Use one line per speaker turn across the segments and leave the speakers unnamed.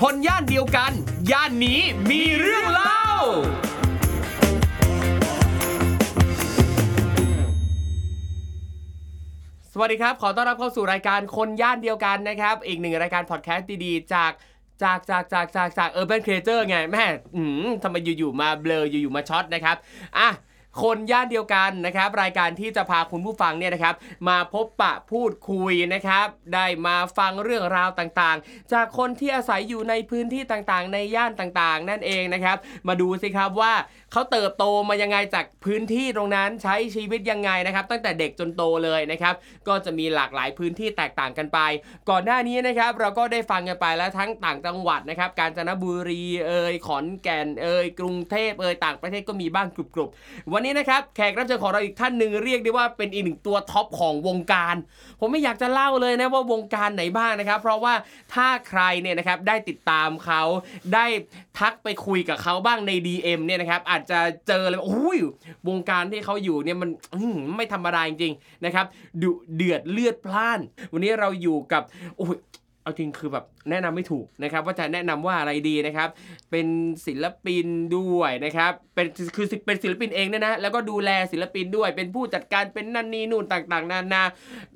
คนย่านเดียวกัน ย่านนี้มีเรื่องเล่า สวัสดีครับ ขอต้อนรับเข้าสู่รายการคนย่านเดียวกันนะครับ อีกหนึ่งรายการพอดแคสต์ดีๆ จากจากจากจากจากจากเออร์เบนเคเจอร์ไงแม่อืมทำไมอยู่ๆมาเบลออยู่ๆมาช็อตนะครับอ่ะคนย่านเดียวกันนะครับ รายการที่จะพาคุณผู้ฟังเนี่ยนะครับ มาพบปะพูดคุยนะครับ ได้มาฟังเรื่องราวต่างๆ จากคนที่อาศัยอยู่ในพื้นที่ต่างๆ ในย่านต่างๆ นั่นเองนะครับ มาดูสิครับว่าเขาเติบโตมายังไงจากพื้นที่ตรงนั้นใช้ชีวิตยังไงนะครับ ตั้งแต่เด็กจนโตเลยนะครับ ก็จะมีหลากหลายพื้นที่แตกต่างกันไป ก่อนหน้านี้นะครับเราก็ได้ฟังกันไปแล้วทั้งต่างจังหวัดนะครับ กาญจนบุรีเอ่ยขอนแก่นเอ่ยกรุงเทพเอ่ยต่างประเทศก็มีบ้างกรุบกรุบๆวันนี้นะครับแขกรับเชิญของเราอีกท่านหนึ่งเรียกได้ว่าเป็นอีกหนึ่งตัวท็อปของวงการ ผมไม่อยากจะเล่าเลยนะว่าวงการไหนบ้างนะครับ เพราะว่าถ้าใครเนี่ยนะครับได้ติดตามเขาได้ทักไปคุยกับเขาบ้างใน DM เนี่ยนะครับอาจจะเจอเลยว่าอุ้ยวงการที่เขาอยู่เนี่ยมันอื้อหือไม่ธรรมดาจริงๆนะครับดุเดือดเลือดพล่าน วันนี้เราอยู่กับโอ้ยเอาจริงคือแบบแนะนำไม่ถูกนะครับว่าจะแนะนำว่าอะไรดีนะครับ เป็นศิลปินด้วยนะครับเป็นคือเป็นศิลปินเองเนี่ยนะแล้วก็ดูแลศิลปินด้วย เป็นผู้จัดการเป็นนั่นนี่นู่นต่างๆ นานา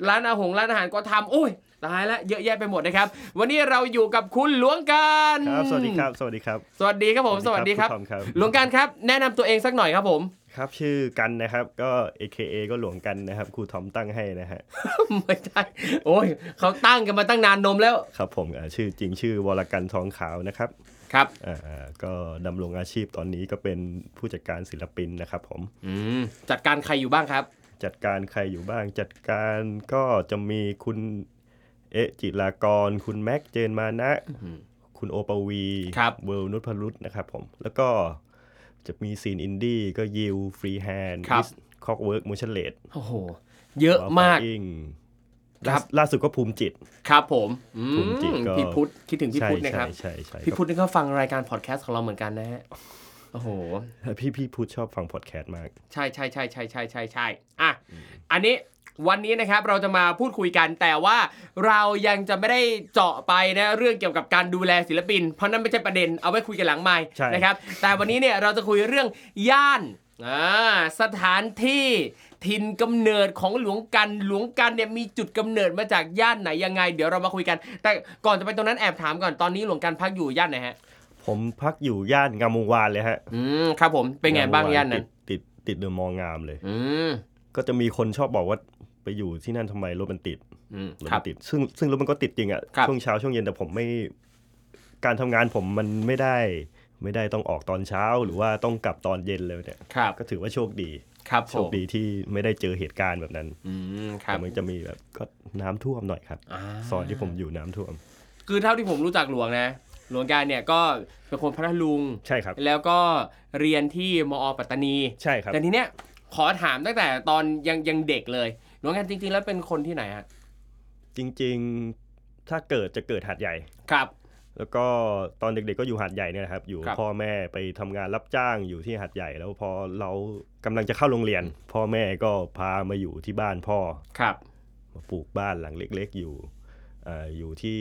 ร้านอาหงร้านอาหารก็ทำโอ้ยตายละเยอะแยะไปหมดนะครับ วันนี้เราอยู่กับคุณหลวงการ
ครับ สวัสดีครับ สวัสดีครับ
สวัสดีครับผม สวัสดีครับ
ณทอมครับ
หลวงการครับ แนะนำตัวเองสักหน่อยครับผม
ครับ ชื่อกันนะครับ ก็ AKA ก็หลวงกันนะครับ ครูทอมตั้งให้นะฮะ
ไม่ใช่โอ้ยเขาตั้งกันมาตั้งนานนมแล้ว
ครับผมอ่าชื่อจริงชื่อวรกันทองขาวนะครับ
ครับ
อ่าอ่าก็ดำรงอาชีพตอนนี้ก็เป็นผู้จัดการศิลปินนะครับผม
อืมจัดการใครอยู่บ้างครับ
จัดการใครอยู่บ้าง จัดการก็จะมีคุณเอะจิรากร คุณแม็กเจนมานะ คุณโอปวี
ครับ
เวลนุชพลุตนะครับผม แล้วก็จะมีซีนอินดี้ก็ยิวฟรีแฮนด์คอกเวิร์กมูชเลด
โอ้โห เยอะมาก
Wildfire Inc.
ครับ
ล่าล่าสุดก็ภูมิจิต
ครับผมอืม
ภูมิจิตก็
พี่พุทธคิดถึงพี่
ใช่
พุทธนะค
ใช่
รับ
ใช่ใช่
พี่พุทธนี่ก็ฟังรายการพอดแคสต์ของเราเหมือนกันนะฮะโอ้โห
ครับ พี่พี่พุทธชอบฟังพอดแคสต์มาก
ใช่ใช่ใช่ใช่ใช่ใช่ใช่อ่ะ อันนี้วันนี้นะครับเราจะมาพูดคุยกันแต่ว่าเรายังจะไม่ได้เจาะไปนะเรื่องเกี่ยวกับการดูแลศิลปิน เพราะนั่นไม่ใช่ประเด็นเอาไว้คุยกันหลังไมค์
ใช่
นะครับ แต่วันนี้เนี่ยเราจะคุยเรื่องย่านอ่าสถานที่ถิ่นกำเนิดของหลวงกันหลวงกันเนี่ยมีจุดกำเนิดมาจากย่านไหนยังไง เดี๋ยวเรามาคุยกัน แต่ก่อนจะไปตรงนั้นแอบถามก่อนตอนนี้หลวงกันพักอยู่ย่านไหนฮะ
ผมพักอยู่ย่านงามวงวานเลยฮะ
อืมครับผมเป็นไงบ้างย่านนั้น
ติดติดติดเดอะมองงามเลย
อืม
ก็จะมีคนชอบบอกว่าไปอยู่ที่นั่นทำไมรถมันติด
อืม
รถ
ครั
มั
บ
นติด ซึ่งซึ่งรถมันก็ติดจริงอะ
ครับ
ช่วงเช้าช่วงเย็นแต่ผมไม่การทำงานผมมันไม่ได้ ไม่ได้ต้องออกตอนเช้าหรือว่าต้องกลับตอนเย็นเลยเนี่ย
ครับ
ก็ถือว่าโชคดี
ครับผ
โชค
ม
ดีที่ไม่ได้เจอเหตุการณ์แบบนั้น
อืมครับ
แต่มันจะมีแบบก็น้ำท่วมหน่อยครับ
อ่า
ซอยที่ผมอยู่น้ำท่วม
คือเท่าที่ผมรู้จักหลวงนะ หลวงการเนี่ยก็เป็นคนพัทลุง
ใช่ครับ
แล้วก็เรียนที่มอปัตตานี
ใช่ครับ
แต่ทีเนี้ยขอถามตั้งแต่ตอนยังยังเด็กเลย หลวงการจริง ๆ แล้วเป็นคนที่ไหนฮะ
จริงๆ ถ้าเกิดจะเกิดหาดใหญ่
ครับ
แล้วก็ตอนเด็กๆก็อยู่หาดใหญ่เนี่ยนะครับ อยู่
ครับ
พ่อแม่ไปทำงานรับจ้างอยู่ที่หาดใหญ่ แล้วพอเรากำลังจะเข้าโรงเรียน พ่อแม่ก็พามาอยู่ที่บ้านพ่อ
ครับ
มาปลูกบ้านหลังเล็ก ๆ อยู่อ่าอยู่ที่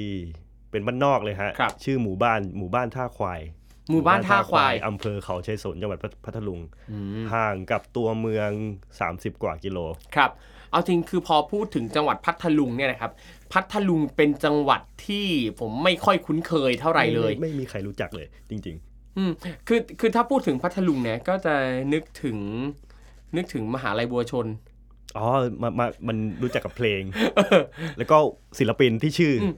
เป็นบ้านนอกเลยฮะ
ครับ
ชื่อหมู่บ้านหมู่บ้านท่าควาย
หมู่บ้านท่าควาย
อำเภอเขาชัยสนจังหวัดพัทพัทลุง
อืม
ห่างกับตัวเมือง 30 กว่ากิโล
ครับ เอาจริงคือพอพูดถึงจังหวัดพัทลุงเนี่ยนะครับ พัทลุงเป็นจังหวัดที่ผมไม่ค่อยคุ้นเคยเท่าไหร่เลย
ไม่มีใครรู้จักเลยจริง
อืมคือคือถ้าพูดถึงพัทลุงเนี่ยก็จะนึกถึงนึกถึงมหาลัยบัวชน
ๆ อ๋อมามามันรู้จักกับเพลง แล้วก็ศิลปินที่ชื่ออ
ม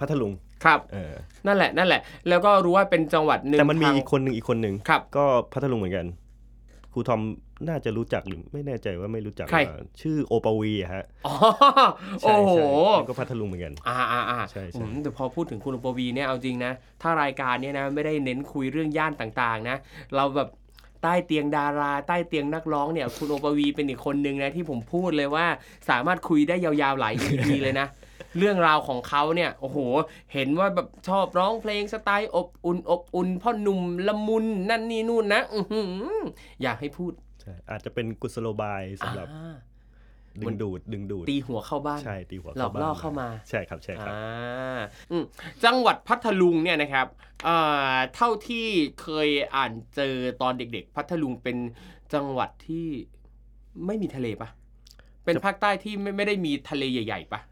พัทลุง
ครับ
เออ
นั่นแหละนั่นแหละ แล้วก็รู้ว่าเป็นจังหวัดหนึ่ง
แต่มันมี
ทาง
อีกคนหนึ่งอีกคนหนึ่ง
ครับ
ก็พัทลุงเหมือนกันครูทอมน่าจะรู้จักหรือไม่แน่ใจว่าไม่รู้จัก
ใคร
หอเปล่าชื่อโอปวีอะฮะ
อ๋อ
ใช่
โอ้โห
ใช่มันก็พัทลุงเหมือนกัน
อ่าอ่าอ่า
ใช่ใช่
อืมแต่พอพูดถึงคุณอุปวีเนี่ยเอาจริงนะ ถ้ารายการเนี่ยนะไม่ได้เน้นคุยเรื่องย่านต่างๆ นะ เราแบบใต้เตียงดารา ใต้เตียงนักร้องเนี่ย คุณโอปวีเป็นอีกคนนึงนะที่ผมพูดเลยว่าสามารถคุยได้ยาวๆหลาย EP เลยนะ เรื่องราวของเขาเนี่ยโอ้โห เห็นว่าแบบชอบร้องเพลงสไตล์อบอุ่นอบอุ่นพ่อหนุ่มละมุนนั่นนี่นู่นนะอื้อหืออยากให้พูด
ใช่อาจจะเป็นกุศโลบายสำหรับ
อ่า
ดึงดูดดึงดูด
ตีหัวเข้าบ้าน
ใช่ตีหัว
หลอก
บ้น
ล่อเข้ามา
ใช่ครับใช่ครับ
อ่าอืมจังหวัดพัทลุงเนี่ยนะครับเอ่อเท่าที่เคยอ่านเจอตอนเด็กๆ พัทลุงเป็นจังหวัดที่ไม่มีทะเลปะเป็นภาคใต้ที่ไม่ไม่ได้มีทะเลใหญ่ๆปะ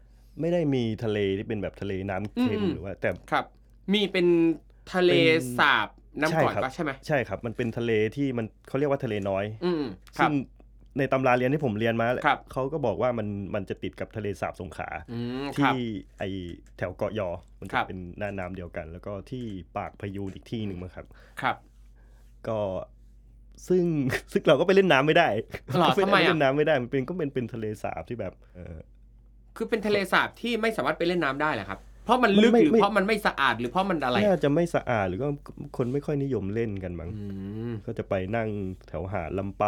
ไม่ได้มีทะเลที่เป็นแบบทะเลน้ำเค็ม
อืม
หรือว่าแต่
ครับ มีเป็นทะเล
เป็น
สาบน้ำก่อน
ใช่ครั
ปะ
บ
ใช่ไหม
ใช่ครับ มันเป็นทะเลที่มันเขาเรียกว่าทะเลน้อย
อืมครั
ซึ่
บ
งในตำราเรียนที่ผมเรียนมา
ครับ
เขาก็บอกว่ามันมันจะติดกับทะเลสาบสงขลา
อืมค
ที่
รับ
ไอแถวเกาะยอ มัน
ค
จะ
รับ
เป็นหน้าน้ำเดียวกัน แล้วก็ที่ปากพยูนอีกที่หนึ่งมั้งครับ
ครับ
ก็ซึ่ง ซึ่งเราก็ไปเล่นน้ำไม่ได้
ห รอ
ก็ป
ทำไมอะ
เล่นน้ำไม่ได้มันเป็นก็เป็นเป็นทะเลสาบที่แบบเออ
คือเป็นทะเลสาบที่ไม่สามารถไปเล่นน้ำได้เหรอครับ เพราะมัน
มัน
ลึก
ไม่
หรือ
ไม่
เพราะมันไม่สะอาดหรือเพราะมันอะไร
น่าจะไม่สะอาดหรือก็คนไม่ค่อยนิยมเล่นกันมั้ง
อืม
ก็จะไปนั่งแถวหาดลำป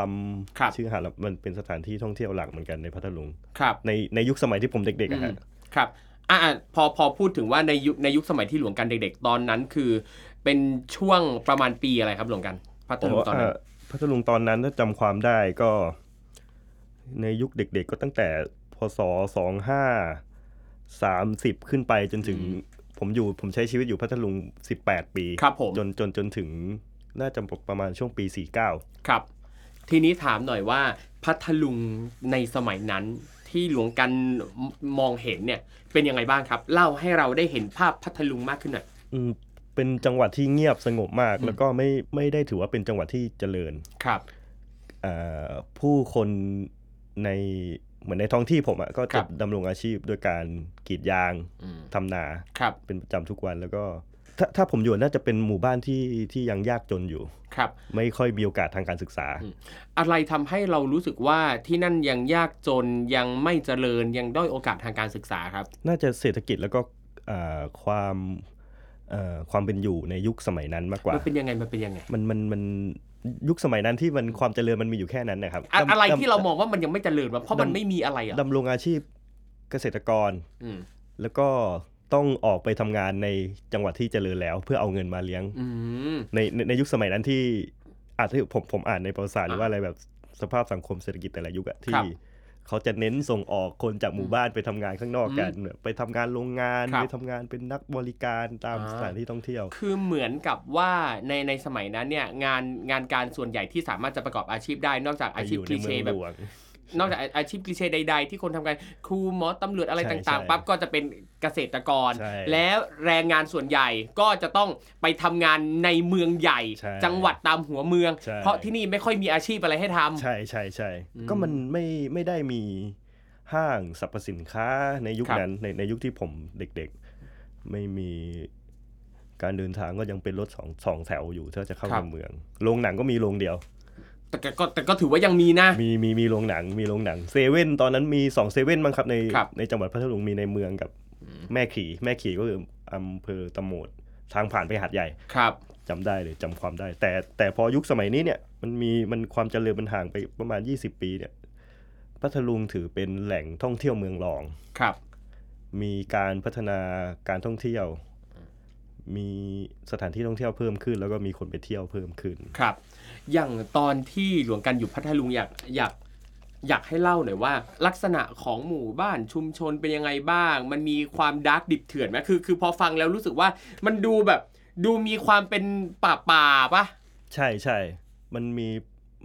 ครับ
ำชื่อหาดลำมันเป็นสถานที่ท่องเที่ยวหลักเหมือนกันในพัทลุง
ครับ
ในในยุคสมัยที่ผมเด็กๆอะฮะ
อืม ครับอ่ะอ่ะพอพอพูดถึงว่าในยุคในยุคสมัยที่หลวงกันเด็กๆ ตอนนั้นคือ เป็นช่วงประมาณปีอะไรครับหลวงกันพัท
ผม
ลุง
ว่า
ตอนนั้น
พัทลุงตอนนั้นถ้าจำความได้ก็ ในยุคเด็กๆก็ตั้งแต่พศสองห้าสามสิบขึ้นไปจนถึง
อืม
ผมอยู่ผมใช้ชีวิตอยู่พัทลุงสิบแปดปี
ครับผม
จนจนจนถึงน่าจะประมาณช่วงปีสี่เก้า
ครับ ทีนี้ถามหน่อยว่า พัทลุงในสมัยนั้นที่หลวงกันมมองเห็นเนี่ยเป็นยังไงบ้างครับ เล่าให้เราได้เห็นภาพพัทลุงมากขึ้นหน่อย
อืมเป็นจังหวัดที่เงียบสงบมาก
อืม
แล้วก็ไม่ไม่ได้ถือว่าเป็นจังหวัดที่เจริญ
ครับ
อ่าผู้คนในเหมือนในท้องที่ผมอะก็
ครั
จะ
บ
ดำรงอาชีพโดยการกรีดยาง
อืม
ทำนา
ครับ
เป็นประจำทุกวันแล้วก็ ถ้าถ้าผมอยู่น่าจะเป็นหมู่บ้านที่ที่ยังยากจนอยู่
ครับ
ไม่ค่อยมีโอกาสทางการศึกษา
อืม อะไรทำให้เรารู้สึกว่าที่นั่นยังยากจนยังไม่เจริญยังด้อยโอกาสทางการศึกษาครับ
น่าจะเศรษฐกิจแล้วก็อ่าความเอ่อความเป็นอยู่ในยุคสมัยนั้นมากกว่า
มันเป็นยังไงมันเป็นยังไง
มันมันมันยุคสมัยนั้นที่มันความเจริญมันมีอยู่แค่นั้นนะครับ
อะ
ดำ
อะไร
ดำ
ที่เรามองว่ามันยังไม่เจริญวะเพราะมัน
ดำ
ไม่มีอะไรอ่ะ
ดำรงอาชีพเกษตรกร
อืม
แล้วก็ต้องออกไปทำงานในจังหวัดที่เจริญแล้ว เพื่อเอาเงินมาเลี้ยง
อืม
ในในในยุคสมัยนั้นที่อาจจะผมผมอ่านในประวัติศาสตร์หรือว่าอะไรแบบสภาพสังคมเศรษฐกิจแต่ละยุคอะ
ครั
ที่
บ
เขาจะเน้นส่งออกคนจากหมู่บ้านไปทำงานข้างนอกกันแบบไปทำงานโรงงาน
ครับ
ไปทำงานเป็นนักบริการตาม
อ่า
สถานที่ท่องเที่ยว
คือเหมือนกับว่าในในสมัยนั้นเนี่ยงานงานการส่วนใหญ่ที่สามารถจะประกอบอาชีพได้นอกจากอา
ไป
ชีพ
ยู่
ค
ใน
ลี
เมื
เช่
อง
แบ
ห
บ
ลวง
นอกจากอาชีพคลีเช่ใด ๆ ที่คนทำกันครูหมอตำรวจอะไร
ใช่
ต่าง
ใช่
ๆปั๊บก็จะเป็นเกษตรกร
ใช่
แล้วแรงงานส่วนใหญ่ก็จะต้องไปทำงานในเมืองใหญ่
ใช่
จังหวัดตามหัวเมือง
ใช่
เพราะที่นี่ไม่ค่อยมีอาชีพอะไรให้ทำ
ใช่ใช่ใช่
อืม
ก็มันไม่ไม่ได้มีห้างสรรพสินค้าในยุค
ครับ
นั้นในในยุคที่ผมเด็กๆ ไม่มีการเดินทางก็ยังเป็นรถสองสองแถวอยู่ถ้าจะเข้า
ครั
ใน
บ
เมืองโรงหนังก็มีโรงเดียว
แต่ก็แต่ก็ถือว่ายังมีนะ
มีมีมีโรงหนังมีโรงหนังเซเว่นตอนนั้นมีสองเซเว่นบ้างครับใน
ครับ
ในจังหวัดพัทลุงมีในเมืองกับ
อืม
แม่ขี่แม่ขี่ก็คืออำเภอตะโหมดทางผ่านไปหาดใหญ่
ครับ
จำได้เลยจำความได้ แต่แต่พอยุคสมัยนี้เนี่ยมันมีมันความเจริญมันห่างไปประมาณ 20 ปีเนี่ยพัทลุงถือเป็นแหล่งท่องเที่ยวเมืองรอง
ครับ
มีการพัฒนาการท่องเที่ยว มีสถานที่ท่องเที่ยวเพิ่มขึ้น แล้วก็มีคนไปเที่ยวเพิ่มขึ้น
ครับ อย่างตอนที่หลวงกันอยู่พัทลุงอยากอยากอยากให้เล่าหน่อยว่า ลักษณะของหมู่บ้านชุมชนเป็นยังไงบ้าง มันมีความดาร์กดิบเถื่อนไหมคือคือพอฟังแล้วรู้สึกว่ามันดูแบบดูมีความเป็นป่าป่าๆปะ
ใช่ใช่มันมี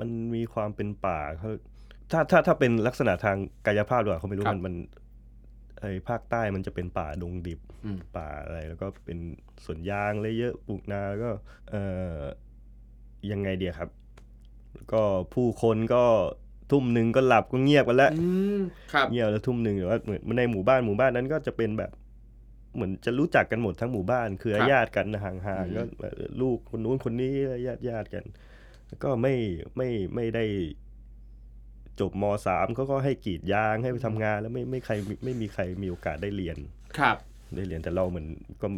มันมีความเป็นป่าเขาถ้าถ้าถ้าเป็นลักษณะทางกายภาพดีกว่าเขาไม่รู้มันมันไอภาคใต้มันจะเป็นป่าดงดิบ
อืม
ป่าอะไรแล้วก็เป็นสวนยางเลยเยอะปลูกนาแล้วก็เอ่อยังไงเดียครับ แล้วก็ผู้คนก็ทุ่มหนึ่งก็หลับก็เงียบกันแล้ว
อืม ครับ
เงียบแล้วทุ่มหนึ่งแต่ว่าเหมือนในหมู่บ้านหมู่บ้านนั้นก็จะเป็นแบบเหมือนจะรู้จักกันหมดทั้งหมู่บ้านเครื
ค
อ
รับ
ญาติกันห่าง
อืม
ๆก็เอ่อลูกคนนู้นคนนี้ญาติญาติๆกัน แล้วก็ไม่ไม่ไม่ได้จบมสามเขาก็ให้กรีดยางให้ไปทำงาน แล้วไม่ไม่ใครไม่มีใครมีโอกาสได้เรียน
ครับ
ได้เรียนแต่เราเหมือนก็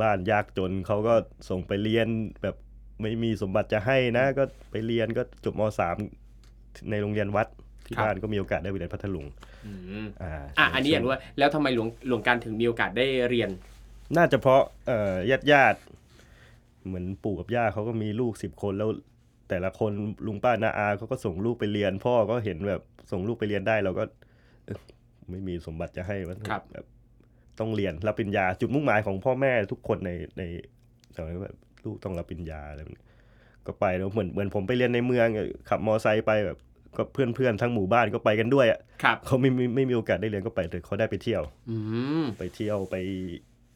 บ้านยากจนเขาก็ส่งไปเรียนแบบไม่มีสมบัติจะให้นะ ก็ไปเรียนก็จบมสามในโรงเรียนวัดที่
ครับ
บ้านก็มีโอกาสได้ไปเรียนพัทลุง
อืม
อ่า
อ่ะอันนี้อ
ใช่
ยากรู้ว่าแล้วทำไมหลวงหลวงการถึงมีโอกาสได้เรียน
น่าจะเพราะเอ่อญาติญาติๆเหมือนปู่กับย่าเขาก็มีลูกสิบคนแล้วแต่ละคนลุงป้านาอาเขาก็ส่งลูกไปเรียน พ่อก็เห็นแบบส่งลูกไปเรียนได้เราก็ ไม่มีสมบัติจะให้วะ
ครับ
แบบต้องเรียนรับปริญญาจุดมุ่งหมายของพ่อแม่ทุกคนในในสมัยนั้นแบบลูกต้องรับปริญญาอะไรแบบนี้ก็ไปแล้วเหมือนเหมือนผมไปเรียนในเมืองอะขับมอไซค์ไปแบบก็เพื่อนเพื่อนๆทั้งหมู่บ้านก็ไปกันด้วยอะ
ครับ
เขาไม่ไม่ไม่มีโอกาสได้เรียนก็ไปแต่เขาได้ไปเที่ยว
อืม
ไปเที่ยวไป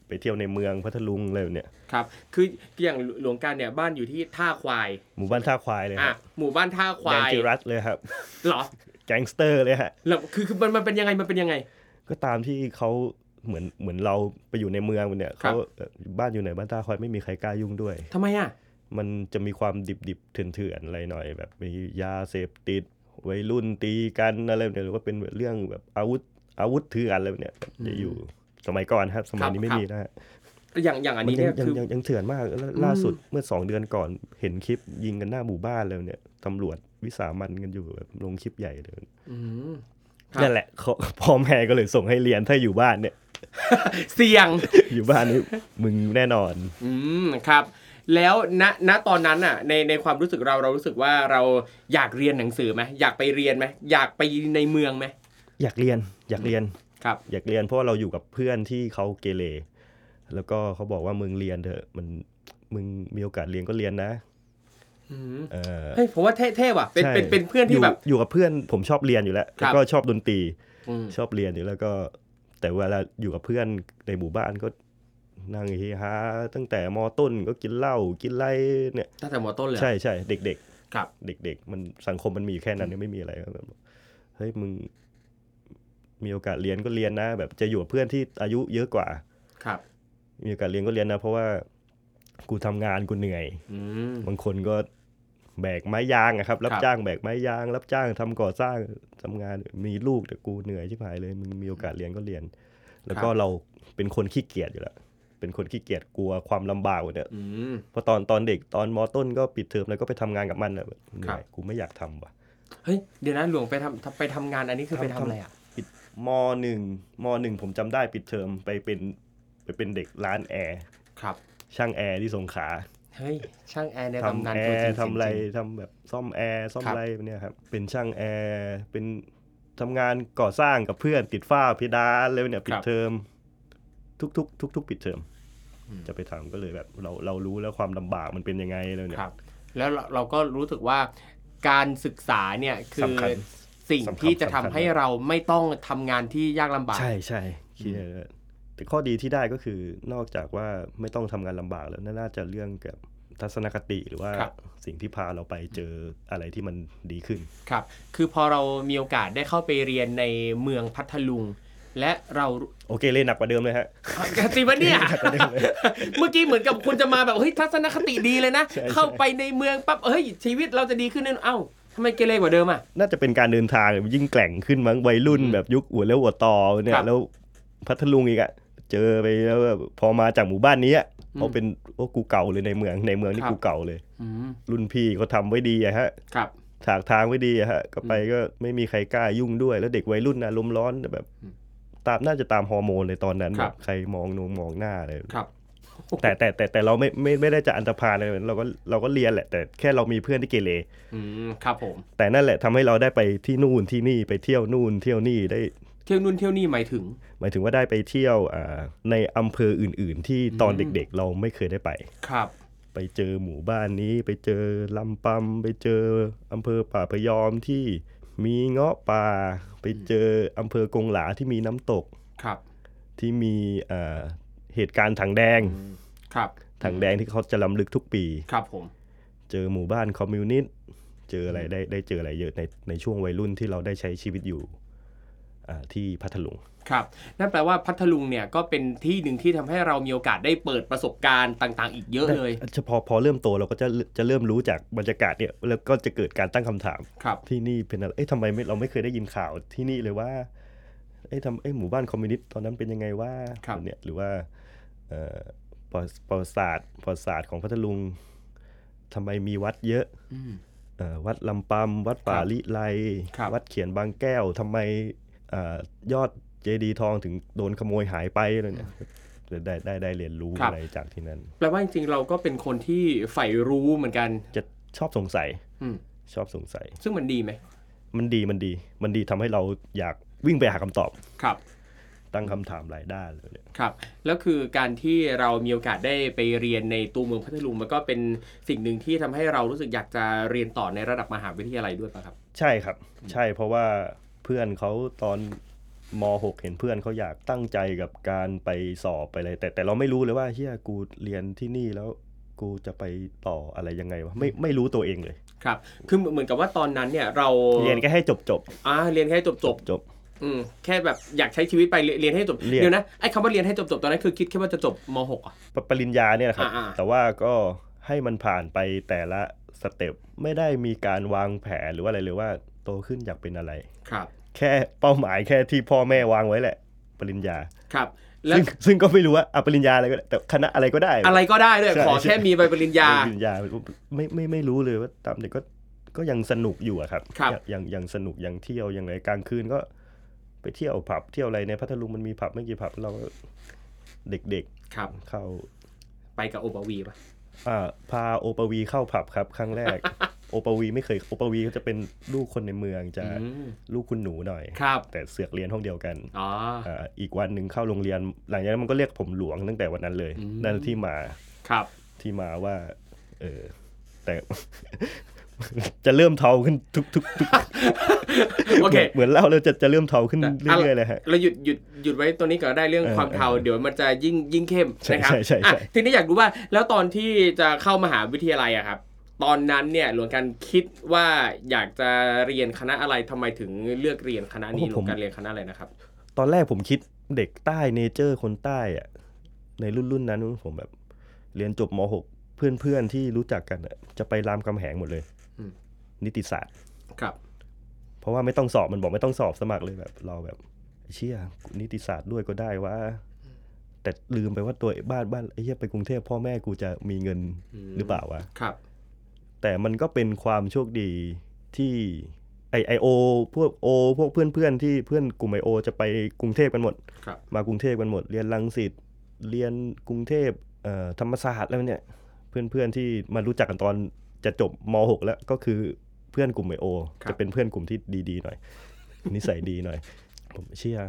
ไปเที่ยวในเมืองพัทลุงอะไรแบบเนี่ย
ครับ คืออย่างหลวงการเนี่ยบ้านอยู่ที่ท่าควาย
หมู่บ้านท่าควายเลย
อ่ะ
ฮะ
หมู่บ้านท่าควา
แดน
ย
จิรัตเลยครับ
เหรอ
แก๊งสเตอร์เลยฮะ
แล้วคือคือมันมันเป็นยังไงมันเป็นยังไง
ก็ตามที่เขาเหมือนเหมือนเราไปอยู่ในเมืองเนี่ย
ครั
เขา
บ
เอ่อบ้านอยู่ไหนบ้านตาคอยไม่มีใครกล้ายุ่งด้วย
ทำไมอ่ะ
มันจะมีความดิบดิบเถื่อนเถื่อนๆอะไรหน่อย แบบมียาเสพติดวัยรุ่นตีกันอะไรแบบเนี่ยหรือว่าเป็นเรื่องแบบอาวุธอาวุธเถื่อนอะไรแบบเนี่ยจะอยู่สมัยก่อนครับสมัย
ครับ
นี้ไม่มีนะฮะ
อย่างอย่างอัน
มัน
นี้
ยั
เนี่ย
งยัง
คือ
ยังยังเถื่อนมากแล้วล่าสุดเมื่อสองเดือนก่อนเห็นคลิปยิงกันหน้าหมู่บ้านแล้วเนี่ยตำรวจวิสามันกันอยู่แบบลงคลิปใหญ่เลย
อืม ครับ
นั่นแหละ เขาพ่อแม่ก็เลยส่งให้เรียนถ้าอยู่บ้านเนี่ย
เสี่ยง
อยู่บ้านนี่ มึงแน่นอน
อืมครับ แล้วณณตอนนั้นอ่ะในในความรู้สึกเราเรารู้สึกว่าเราอยากเรียนหนังสือไหมอยากไปเรียนไหมอยากไปในเมืองไหม
อยากเรียนอยากเรียน
ครับ
อยากเรียนเพราะว่าเราอยู่กับเพื่อนที่เขาเกเรแล้วก็เขาบอกว่ามึงเรียนเถอะมันมึงมีโอกาสเรียนก็เรียนนะ
อืม
เออ
เฮ้ยผมว่าเท่ๆว่ะเป็น
ใช่
เป็นเป็นเพื่อนที่แบบ
ยู่อยู่กับเพื่อนผมชอบเรียนอยู่แล้ว
ครั
แล้
บ
วก็ชอบดนตรี
อืม
ชอบเรียนอยู่แล้วก็ แต่เวลาอยู่กับเพื่อนในหมู่บ้านก็นั่งเฮฮาตั้งแต่มต้นก็กินเหล้ากินไรเนี่ย
ตั้งแต่มอต้นเลยอะ
ใช่ใช่เด็ก ๆ
ครับ
เด็ก ๆ มันสังคมมันมีอยู่แค่นั้นเนี่ยไม่มีอะไรแบบเฮ้ยมึงมีโอกาสเรียนก็เรียนนะ แบบจะอยู่กับเพื่อนที่อายุเยอะกว่า
ครับ
มีโอกาสเรียนก็เรียนนะ เพราะว่ากูทำงานกูเหนื่อย
อืม
บางคนก็แบกไม้ยางอะครับ รับ
ครับ
จ้างแบกไม้ยาง รับจ้างทำก่อสร้างทำงานมีลูกแต่กูเหนื่อยชิบหายเลยมึงมีโอกาสเรียนก็เรียน แล้วก็เราเป็นคนขี้เกียจอยู่แล้วเป็นคนขี้เกียจกลัวความลำบากเนี่ย
อืม
เพราะตอนตอนเด็กตอนมต้นก็ปิดเทอมแล้วก็ไปทำงานกับมันอะเหนื่อยกูไม่อยากทำว่ะ
เฮ้ยเดี๋ยวนะหลวงไปทำทำไปทำงานอันนี้คือ
ทำ
ไปทำ
ทำ
อะไรอ่ะ
ปิดมหนึ่งมหนึ่งผมจำได้ปิดเทอมไปเป็นไปเป็นเด็กร้านแอร์
ครับ
ช่างแอร์ที่สงขลา
เฮ้ยช่างแอร์ในตำ
ทำ
นาน
แอ
ตัวจริง
ร์ทำอะไร
จง
ทำแบบซ่อมแอร์ซ่อม
ครับ
อะไรเนี่ยครับเป็นช่างแอร์เป็นทำงานก่อสร้างกับเพื่อนติดฝ้าเพดานเลยเนี่ยปิดเทอมทุกทุกทุกทุกๆปิดเทอมจะไปทำก็เลยแบบเราเรารู้แล้วความลำบากมันเป็นยังไงเลยเนี่ย
ครับ แล้วเราเราก็รู้สึกว่าการศึกษาเนี่ยคือ
สำคัญ
สิ่ง
สำคัญ
ที่จะทำ
สำคัญ
ให้เราไม่ต้องทำงานที่ยากลำบาก
ใช่ใช่คิดอย่างนั้นแต่ข้อดีที่ได้ก็คือนอกจากว่าไม่ต้องทำงานลำบากแล้วน่าจะเรื่องเกยวกับทัศนคติหรือว่า
ครับ
สิ่งที่พาเราไปเจออะไรที่มันดีขึ้น
ครับ คือพอเรามีโอกาสได้เข้าไปเรียนในเมืองพัทลุง และเรา
โอเคเลยหนักกว่าเดิมเลยฮะ
อ่ะจริงปะเนี่ย เมื่อกี้เหมือนกับคุณจะมาแบบเฮ้ยทัศนคติดีเลยนะ
ใช่ใช่
เข้าไปในเมืองปั๊บเฮ้ยชีวิตเราจะดีขึ้นแน่นอนเอ้าทำไมเกเรกว่าเดิมอ่ะ
น่าจะเป็นการเดินทางยิ่งแกล่งขึ้นมั้งวัยรุ่นแบบยุคหัวแล้วหัวต่อเนี่
ครั
ย
บ
แล้วพัทลุงอีกอะเจอไปแล้วแบบพอมาจากหมู่บ้านนี้อะ
อืม
เขาเป็นโอ้กูเก่าเลยในเมืองในเมืองนี่
ครับ
กูเก่าเลย
อืม
รุ่นพี่เขาทำไว้ดีอะฮะ
ครับ
ถากทางไม่ดีอะฮะก็ไปก็ไม่มีใครกล้ายุ่งด้วย แล้วเด็กวัยรุ่นนะลมณ์ร้อนแบบ
อืม
ตามน่าจะตามฮอร์โมนเลยตอนนั้น
ค
แบ
รับบ
ใครมองนงมองหน้าเลย
ครับ
แต่แต่แต่แต่เราไม่ไม่ไม่ได้จะอันตรพานเลยเราก็เราก็เรียนแหละ แต่แค่เรามีเพื่อนที่เกเร
อืมครับผม
แต่นั่นแหละทำให้เราได้ไปที่นู่นที่นี่ไปเที่ยวนู่นเที่ยวนี่ได้
เที่ยวนู่นเที่ยวนี่หมายถึง
หมายถึงว่าได้ไปเที่ยวอ่าในอำเภออื่น ๆ ที่ตอน
อืม
เด็ก ๆ เราไม่เคยได้ไป
ครับ
ไปเจอหมู่บ้านนี้ไปเจอลำปำไปเจออำเภอป่าพยอมที่มีเงาะป่า ไปเจออำเภอกงหลาที่มีน้ำตก
ครับ
ที่มีเอ่อเหตุการณ์ถังแดง
ครับ
ถังแดงที่เขาจะลำลึกทุกปี
ครับผม
เจอหมู่บ้านคอมมิวนิสต์เจออะไรได้ได้เจออะไรเยอะในในช่วงวัยรุ่นที่เราได้ใช้ชีวิตอยู่อ่าที่พัทลุง
ครับ นั่นแปลว่าพัทลุงเนี่ยก็เป็นที่หนึ่งที่ทำให้เรามีโอกาสได้เปิดประสบการณ์ต่างๆ อีกเยอะเลย
เฉพาะพอเริ่มโตเราก็จะจะเริ่มรู้จากบรรยากาศเนี่ยแล้วก็จะเกิดการตั้งคำถาม
ครับ
ที่นี่เป็นอะไร เอ้ยทำไมไม่เราไม่เคยได้ยินข่าวที่นี่เลยว่า เอ้ยทำเอ้ยหมู่บ้านคอมมิวนิสต์ตอนนั้นเป็นยังไงว่า
ครับ
เนี่ยหรือว่าเอ่อประประวัติศาสตร์ประวัติศาสตร์ของพัทลุงทำไมมีวัดเยอะ
อืม
เอ่อวัดลำปำวัดป่า
ครับ
ลิไล
ครับ
วัดเขียนบางแก้วทำไมเอ่อยอดเจดีย์ทองถึงโดนขโมยหายไปอะไรเนี่ยได้ได้ได้เรียนรู้อะไรจากที่นั้น
แปลว่าจริงๆเราก็เป็นคนที่ใฝ่รู้เหมือนกัน
จะชอบสงสัย
อืม
ชอบสงสัย
ซึ่งมันดีไหม
มันดีมันดี มันดีทำให้เราอยาก วิ่งไปหาคำตอบ
ครับ
ตั้งคำถามหลายด้านเลยเนี่ย
ครับ แล้วคือการที่เรามีโอกาสได้ไปเรียนในตัวเมืองพัทลุงมันก็เป็นสิ่งหนึ่งที่ทำให้เรารู้สึกอยากจะเรียนต่อในระดับมหาวิทยาลัยด้วยป่ะครับ
ใช่ครับ ใช่เพราะว่าเพื่อนเขาตอนม .6 เห็นเพื่อนเขาอยากตั้งใจกับการไปสอบไปอะไรแต่แต่เราไม่รู้เลยว่าเฮียกูเรียนที่นี่แล้วกูจะไปต่ออะไรยังไงวะไม่ไม่รู้ตัวเองเลย
ครับ คือเหมือนกับว่าตอนนั้นเนี่ยเรา
เรียนแค่ให้จบจบ
อ่าเรียนแค่จบจบ
จบ
ๆอืมแค่แบบอยากใช้ชีวิตไปเรียนเรียนให้จบ
เรียน
เดี๋ยวนะไอ้คำว่าเรียนให้จบจบๆตอนนั้นคือคิดแค่ว่าจะจบม .6 อ่ะ
ปปริญญาเนี่ยนะครับ
อ่าๆ
แต่ว่าก็ให้มันผ่านไปแต่ละสเต็ปไม่ได้มีการวางแผนหรือว่าอะไรเลยว่าโตขึ้นอยากเป็นอะไร
ครับ
แค่เป้าหมายแค่ที่พ่อแม่วางไว้แหละ ปริญญา
ครับ แล้ว
ซึ่งซึ่งก็ไม่รู้ว่าอ่ะปริญญาอะไรก็ได้แต่คณะอะไรก็ได้
อะไรก็ได้ด้วย
ใช่
ขอแค่มีใบปริญญา
ปริญญาไม่ไม่ไม่รู้เลยว่าตามเด็กก็ก็ยังสนุกอยู่อะครับ
ครับ
ยังยังยังสนุกยังเที่ยวยังอะไรกลางคืนก็ ไปเที่ยวผับเที่ยวอะไรในพัทลุงมันมีผับไม่กี่ผับเราก็เด็ก
ครับ
ๆเข้า
ไปกับโอปวีป่ะ
อ่าพาโอปวีเข้าผับครับครั้งแร ก โอปวีไม่เคยโอปวีเขาจะเป็นลูกคนในเมืองจะ
อืม
ลูกคุณหนูหน่อย
ครับ
แต่เสือกเรียนห้องเดียวกัน
อ๋อ
อ่าอีกวันหนึ่งเข้าโรงเรียน หลังจากนั้นมันก็เรียกผมหลวงตั้งแต่วันนั้นเลย
อืม
นั่นที่มา
ครับ
ที่มาว่า เออแต่ จะเริ่มเทาขึ้นทุกทุกทุก
โอเค
เหมือนเล่าเราจะจะเริ่มเทาขึ้น
แต่
เรื่อยๆเลยฮะ
เราหยุดหยุดหยุดไว้ตัวนี้ก่อนก็ได้เรื่อง
เออ
ความเทา
เออ
เดี๋ยวมันจะยิ่งยิ่งเข้ม
ใช่
นะครับ
ใช่ใช่
อ่ะ
ใช่
ทีนี้อยากรู้ว่าแล้วตอนที่จะเข้ามหาวิทยาลัยอะครับ ตอนนั้นเนี่ยหลวงกันคิดว่าอยากจะเรียนคณะอะไรทำไมถึงเลือกเรียนคณะนี้หลวงกันเรียนคณะอะไรนะครับ
ตอนแรกผมคิดเด็กใต้เนเจอร์คนใต้อะในรุ่นรุ่นนั้นผมแบบ เรียนจบม .6 เพื่อนเพื่อนๆที่รู้จักกันอะจะไปรามคำแหงหมดเลย
อืม
นิติศาสตร์
ครับ
เพราะว่าไม่ต้องสอบมันบอกไม่ต้องสอบสมัครเลยแบบ เราแบบเชี่ยกูนิติศาสตร์ด้วยก็ได้ว่า แต่ลืมไปว่าตัวบ้านบ้านไอ้เหี้ยไปกรุงเทพพ่อแม่กูจะมีเงิน
ม
หรือเปล่าวะ
ครับ
แต่มันก็เป็นความโชคดีที่ไอไอโอพวกโอพวกเพื่อนเพื่อนๆที่เพื่อนกลุ่มไอโอจะไปกรุงเทพกันหมด
ครับ
มากรุงเทพกันหมด เรียนรังสิตเรียนกรุงเทพเอ่อธรรมศาสตร์แล้วเนี่ย เพื่อนๆที่มารู้จักกันตอนจะจบม .6 แล้วก็คือเพื่อนกลุ่มไอโอ
ครับ
จะเป็นเพื่อนกลุ่มที่ดีๆหน่อย นิสัยดีหน่อย ผมเชื่อ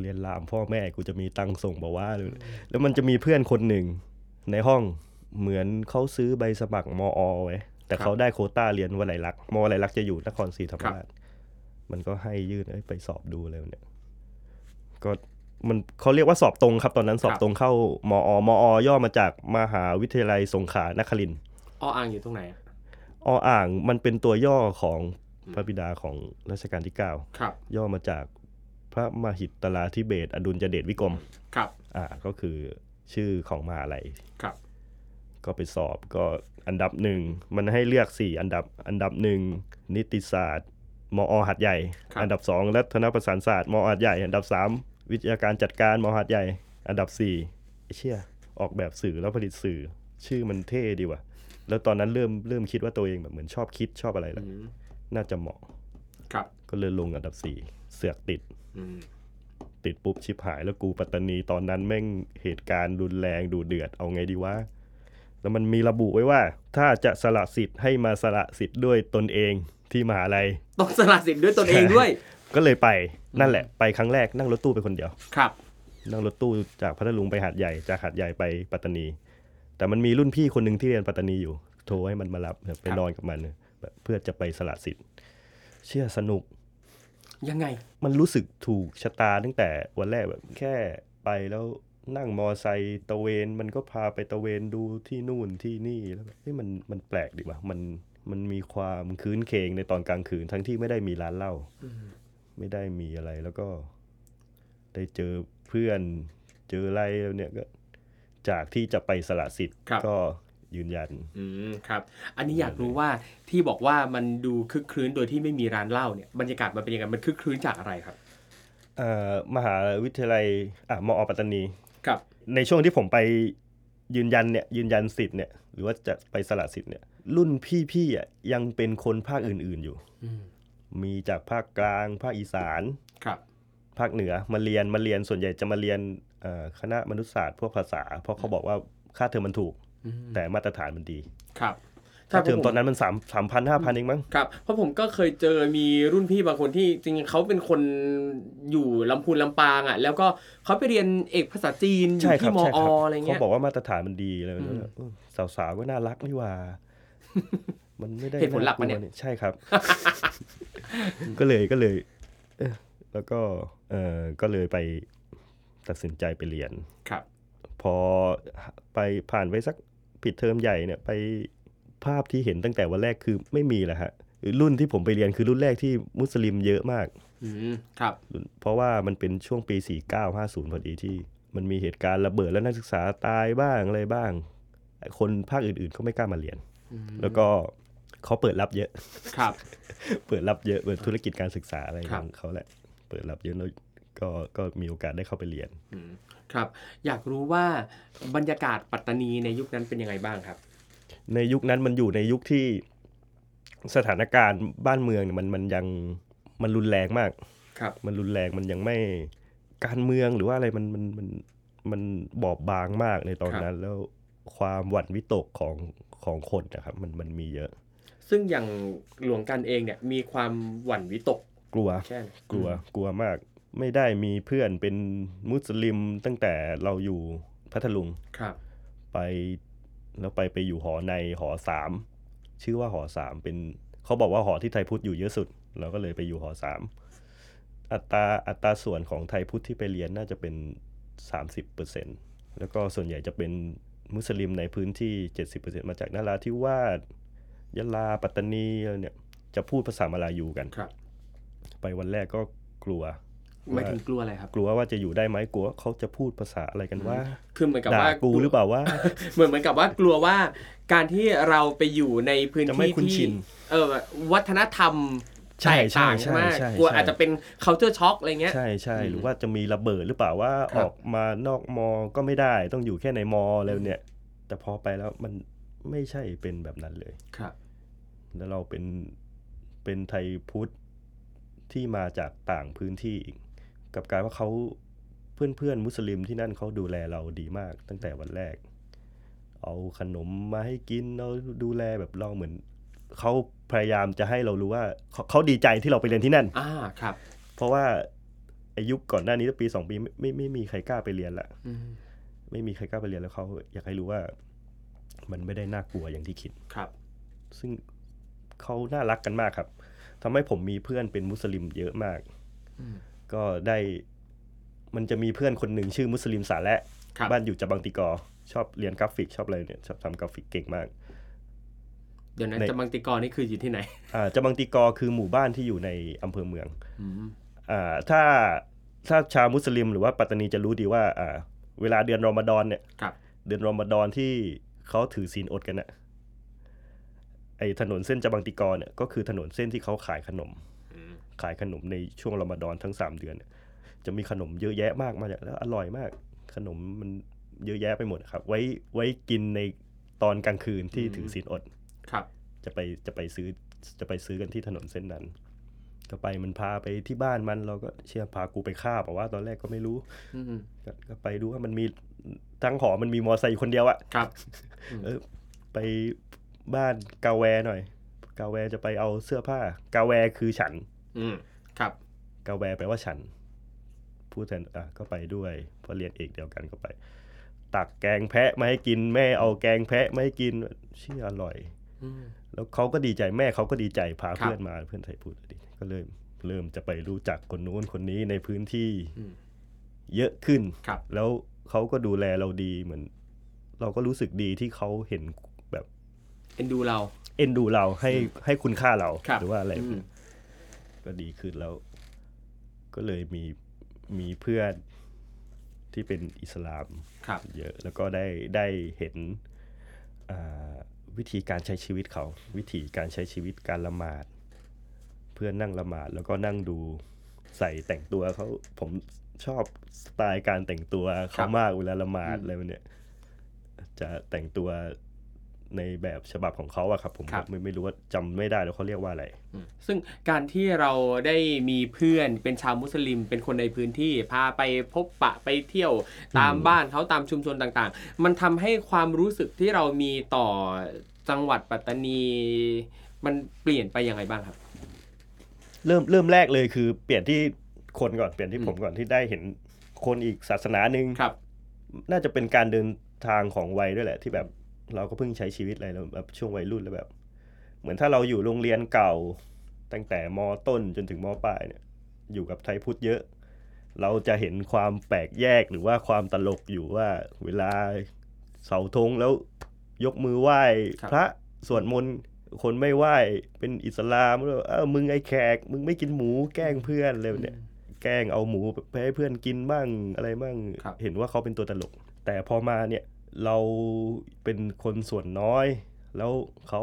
เรียนรามพ่อแม่กูจะมีตังค์ส่งบอกว่าเลยแล้วมันจะมีเพื่อนคนหนึ่งในห้องเหมือนเขาซื้อใบสมัครมอไว้แต่เขาได้โควต้าเรียนวลัยลักษณ์มวลัยลักษณ์จะอยู่นครศรีธรรมราชมันก็ให้ยื่นเอ้ยไปสอบดูเลยเนี่ย ก็มันเขาเรียกว่าสอบตรงครับตอนนั้นสอ
ค
บ
รับ
ตรงเข้ามอมอย่อมาจากมหาวิทยาลัยสงขลานครินทร์
อ้ออ่างอยู่ตรงไหนอะ
ออ่างมันเป็นตัวย่อของพระบิดาของรัชกาลที่
ครับ
9 ย่อมาจากพระมหิตราธิเบศรอดุลยเดชวิกรม
ครับ
อ่าก็คือชื่อของมหาลัย
ครับ
ก็ไปสอบก็อันดับหนึ่งมันให้เลือก 4 อันดับอันดับหนึ่งนิติศาสตร์ มอหัดใหญ่ อันดับ 2 รัฐนประสานศาสตร์มอหัดใหญ่ อันดับ 3 วิทยาการจัดการมอหัดใหญ่ อันดับ4ไอ้เชี่ยออกแบบสื่อแล้วผลิตสื่อชื่อมันเท่ดีว่ะแล้วตอนนั้นเริ่มเริ่มคิดว่าตัวเองแบบเหมือนชอบคิดชอบอะไรแล้ว
อืม
น่าจะเหมาะ
ครับ
ก็เลยลงอันดับสี่เสือกติด
อืม
ติดปุ๊บชิบหายแล้วกูปัตตานีตอนนั้นแม่งเหตุการณ์รุนแรงดูเดือดเอาไงดีวะแล้วมันมีระบุไว้ว่า ถ้าจะสละสิทธิ์ให้มาสละสิทธิ์ด้วยตนเองที่มหาลัย
ต้องสละสิทธิ์ด้วยตนเองด้วย
ก็เลยไปนั่นแหละ ไปครั้งแรกนั่งรถตู้ไปคนเดียว
ครับ
นั่งรถตู้จากพัทลุงไปหาดใหญ่จากหาดใหญ่ไปปัตตานี แต่มันมีรุ่นพี่คนหนึ่งที่เรียนปัตตานีอยู่ โทรให้มันมารับไปนอนกับมันแบบเพื่อจะไปสละสิทธิ์ เชื่อสนุก
ยังไง
มันรู้สึกถูกชะตาตั้งแต่วันแรกแบบแค่ไปแล้วนั่งมอไซค์ตะเวนมันก็พาไปตะเวนดูที่นู่นที่นี่แล้วแบบเฮ้ยมันมันแปลกดีว่ะมันมันมีความคืนเคงในตอนกลางคืนทั้งที่ไม่ได้มีร้านเหล้าไม่ได้มีอะไรแล้วก็ ได้เจอเพื่อนเจออะไรเนี่ยก็จากที่จะไปสละสิทธิ์
ครับ
ก็ยืนยัน
อืมครับ อันนี้อยากรู้ว่าที่บอกว่ามันดูคึกครื้นโดยที่ไม่มีร้านเหล้าเนี่ยบรรยากาศมันเป็นยังไงมันคึกครื้นจากอะไรครับ
เอ่อมหาวิทยาลัยอ่ะมอปัตตานี
ครับ
ในช่วงที่ผมไปยืนยันเนี่ยยืนยันสิทธิ์เนี่ยหรือว่าจะไปสละสิทธิ์เนี่ยรุ่นพี่ๆอ่ะยังเป็นคนภาคอื่นๆอยู่
อืม
มีจากภาคกลาง ภาคอีสาน
ครับ
ภาคเหนือมาเรียนมาเรียนส่วนใหญ่จะมาเรียนเอ่อคณะมนุษยศาสตร์พวกภาษา เพราะเขาบอกว่าค่าเทอมมันถูก
อืม
แต่มาตรฐานมันดี
ครับ ใช่
ค่าเทอ
ผม ม
ตอนนั้นมันสามสามพันห้าพันเองมั้ง
ครับเพราะผมก็เคยเจอมีรุ่นพี่บางคนที่จริงๆเขาเป็นคนอยู่ลำพูนลำปางอ่ะ แล้วก็เขาไปเรียนเอกภาษาจีนอยู่
ใช่ครับ
ที่มอ
ใช่ครับ
อะไร
เขา
เงี้ย
บอกว่ามาตรฐานมันดีเลย
อืม
สาวๆก็น่ารักนี่ หว่า มันไม่ได้
เหตุผลหลักปะเนี่ย
าใช่ครับ ก็เลยก็เลยเอ๊ะแล้วก็เออก็เลยไปตัดสินใจไปเรียน
ครับ
พอไปผ่านไปสักปิดเทอมใหญ่เนี่ย ไปภาพที่เห็นตั้งแต่วันแรกคือไม่มีแล้วฮะรุ่นที่ผมไปเรียนคือรุ่นแรกที่มุสลิมเยอะมาก
อืมครับ
เพราะว่ามันเป็นช่วงปี 4950 พอดีที่มันมีเหตุการณ์ระเบิดแล้วนักศึกษาตายบ้างอะไรบ้าง คนภาคอื่นๆเขาไม่กล้ามาเรียน
อืม
แล้วก็เขาเปิดรับเยอะ
ครับ
เปิดรับเยอะเปิดธุรกิจการศึกษาอะไร
ค
ข
รับ
องเขาแหละ เปิดรับเยอะแล้วก็ก็มีโอกาสได้เข้าไปเรียน
อืมครับ อยากรู้ว่าบรรยากาศปัตตานีในยุคนั้นเป็นยังไงบ้างครับ
ในยุคนั้นมันอยู่ในยุคที่สถานการณ์บ้านเมืองเนี่ยมันมันยังมันรุนแรงมาก
ครับ
มันรุนแรงมันยังไม่การเมืองหรือว่าอะไรมันมันมันมันบอบบางมากในตอนนั้น แล้วความหวั่นวิตกของของคนนะครับมันมันมีเยอะ
ซึ่งอย่างหลวงกันเองเนี่ยมีความหวั่นวิตก
กลัว
แค่ไหน
กลัวกลัวมาก ไม่ได้มีเพื่อนเป็นมุสลิมตั้งแต่เราอยู่พัทลุง
ครับ
ไป แล้วไปไปอยู่หอในหอสามชื่อว่าหอสามเป็นเขาบอกว่าหอที่ไทยพุทธอยู่เยอะสุด เราก็เลยไปอยู่หอสามอัตราอัตราส่วนของไทยพุทธที่ไปเรียนน่าจะเป็น 30%แล้วก็ส่วนใหญ่จะเป็นมุสลิมในพื้นที่ 70%มาจากนาราธิวาสยะลาปัตตานีอะไรเนี่ยจะพูดภาษามาลายูกัน
ครับ
ไปวันแรกก็กลัว
หมายถึงกลัวอะไรครับ
กลัวว่าจะอยู่ได้ไหมกลัวเขาจะพูดภาษาอะไรกันว่า
คือเหมือนกับ
ด่า
ว่า
กู
กู
หรือเปล่าว่า
เหมือนเหมือนกับว่ากลัวว่าการที่เราไปอยู่ในพื้น
จะไม่
ที่
คุ้นชิ
ที่
น
เออวัฒนธรรม
ใช่
แตกต่าง
ใช่
มาก
ใช่ใช่
กลัวอาจจะเป็น culture shock อะไรเงี้ย
ใช่ใช่
อืม
หรือว่าจะมีระเบิดหรือเปล่าว่า
ค
อ
รับ
อกมานอกมอก็ไม่ได้ต้องอยู่แค่ในมอแล้วเนี่ย แต่พอไปแล้วมันไม่ใช่เป็นแบบนั้นเลย
ครับ
แล้วเราเป็นเป็นไทยพุทธที่มาจากต่างพื้นที่อีกกลับกลารว่าเขาเพื่อนเพื่อนๆมุสลิมที่นั่นเขาดูแลเราดีมาก ตั้งแต่วันแรก เอาขนมมาให้กินเราดูแลแบบเราเหมือนเขาพยายามจะให้เรารู้ว่าเขาเขาดีใจที่เราไปเรียนที่นั่น
อ่าครับ
เพราะว่าอายุก่อนหน้านี้ปีสองปีไม่ไม่ไม่มีใครกล้าไปเรียนละ
อืม
ไม่มีใครกล้าไปเรียนแล้วเขาอยากให้รู้ว่า มันไม่ได้น่ากลัวอย่างที่คิด
ครับ
ซึ่งเขาน่ารักกันมากครับทำให้ผมมีเพื่อนเป็นมุสลิมเยอะมาก
อืม
ก็ได้มันจะมีเพื่อนคนหนึ่งชื่อมุสลิมสาและ
ครับ
นอยู่จับบังติกอ ชอบเรียนกราฟิกชอบอะไรเนี่ยชอบทำกราฟิกเก่งมาก
เดี๋ยวนะ
ใน
จำบังติกรนี่คืออยู่ที่ไหน
อ่าจับบังติกอคือหมู่บ้านที่อยู่ในอำเภอเมือง
อืม
อ่าถ้าถ้าชาวมุสลิมหรือว่าปัตตานีจะรู้ดีว่าอ่า เวลาเดือนรอมฎอนเนี่ย
ครับ
เดือนรอมฎอนที่เขาถือศีลอดกันน่ะไอถนนเส้นจบังติกรเนี่ยก็คือถนนเส้นที่เขาขายขนม
อืม
ขายขนมในช่วงรอมฎอนทั้งสามเดือนเนี่ยจะมีขนมเยอะแยะมากมาจากแล้วอร่อยมาก ขนมมันเยอะแยะไปหมดครับ ไว้ไว้กินในตอนกลางคืนที่
อืม
ถือศีลอด
ครับ
จะไปจะไปซื้อจะไปซื้อกันที่ถนนเส้นนั้น ก็ไปมันพาไปที่บ้านมันเราก็เชียร์พากูไปฆ่าเปล่าวะตอนแรกก็ไม่รู้
อืม
กก็ไปดูว่ามันมีทั้งหอมันมีมอไซค์อยู่คนเดียวอะ
ครับ
ไปบ้านกาแวหน่อย กาแวจะไปเอาเสื้อผ้า กาแวคือฉัน
อืมครับ
กาแวแปลว่าฉัน พูดแทนอ่ะก็ไปด้วยเพราะเรียนเอกเดียวกันก็ไป ตักแกงแพะมาให้กินแม่เอาแกงแพะมาให้กินเชี่ยอร่อย
อืม
แล้วเขาก็ดีใจแม่เขาก็ดีใจพา
ครับ
เพื่อนมาเพื่อนไทยพูดดีก็เริ่มเริ่มจะไปรู้จักคนนู้นคนนี้ในพื้นที่
อืม
เยอะขึ้น
ครับ
แล้วเขาก็ดูแลเราดีเหมือน เราก็รู้สึกดีที่เขาเห็นแบบ
เอ็นดูเรา
เอ็นดูเราให้ให้คุณค่าเรา
ครับ
หรือว่าอะไร
อืม
ก็ดีขึ้นแล้ว ก็เลยมีมีเพื่อนที่เป็นอิสลาม
ครับ
เยอะ แล้วก็ได้ได้เห็นอ่าวิธีการใช้ชีวิตเขา วิธีการใช้ชีวิตการละหมาด เพื่อนนั่งละหมาด แล้วก็นั่งดูใส่แต่งตัวเขาผมชอบสไตล์การแต่งตัว
ครั
เขา
บ
มากเวลาละหมาด
อืม
อะไรแบบเนี่ยจะแต่งตัวในแบบฉบับของเขาอะครับ ผม
ครับ
ไม่ไม่รู้ว่าจำไม่ได้แล้วเขาเรียกว่าอะไร
อืมซึ่งการที่เราได้มีเพื่อนเป็นชาวมุสลิม เป็นคนในพื้นที่พาไปพบปะไปเที่ยวตามบ้านเขาตามชุมชนต่างๆ มันทำให้ความรู้สึกที่เรามีต่อ จังหวัดปัตตานี มันเปลี่ยนไปยังไงบ้างครับ
เริ่มเริ่มแรกเลยคือเปลี่ยนที่คนก่อนเปลี่ยนที่
อืม
ผมก่อนที่ได้เห็นคนอีกศาสนาหนึ่ง
ครับ
น่าจะเป็นการเดินทางของวัยด้วยแหละ ที่แบบเราก็เพิ่งใช้ชีวิตอะไรแล้วแบบช่วงวัยรุ่นแล้วแบบ เหมือนถ้าเราอยู่โรงเรียนเก่า ตั้งแต่มต้นจนถึงมปลายเนี่ย อยู่กับไทยพุทธเยอะ เราจะเห็นความแปลกแยกหรือว่าความตลกอยู่ว่า เวลาเสาธงแล้วยกมือไหว้พระสวดมนต์คนไม่ไหว้เป็นอิสลามแล้วเออมึงไอ้แขก มึงไม่กินหมูแกล้งเพื่อนเลยเนี่ย แกล้งเอาหมูไปให้เพื่อนกินบ้างอะไรบ้าง
ครับ
เห็นว่าเขาเป็นตัวตลก แต่พอมาเนี่ยเราเป็นคนส่วนน้อย แล้วเขา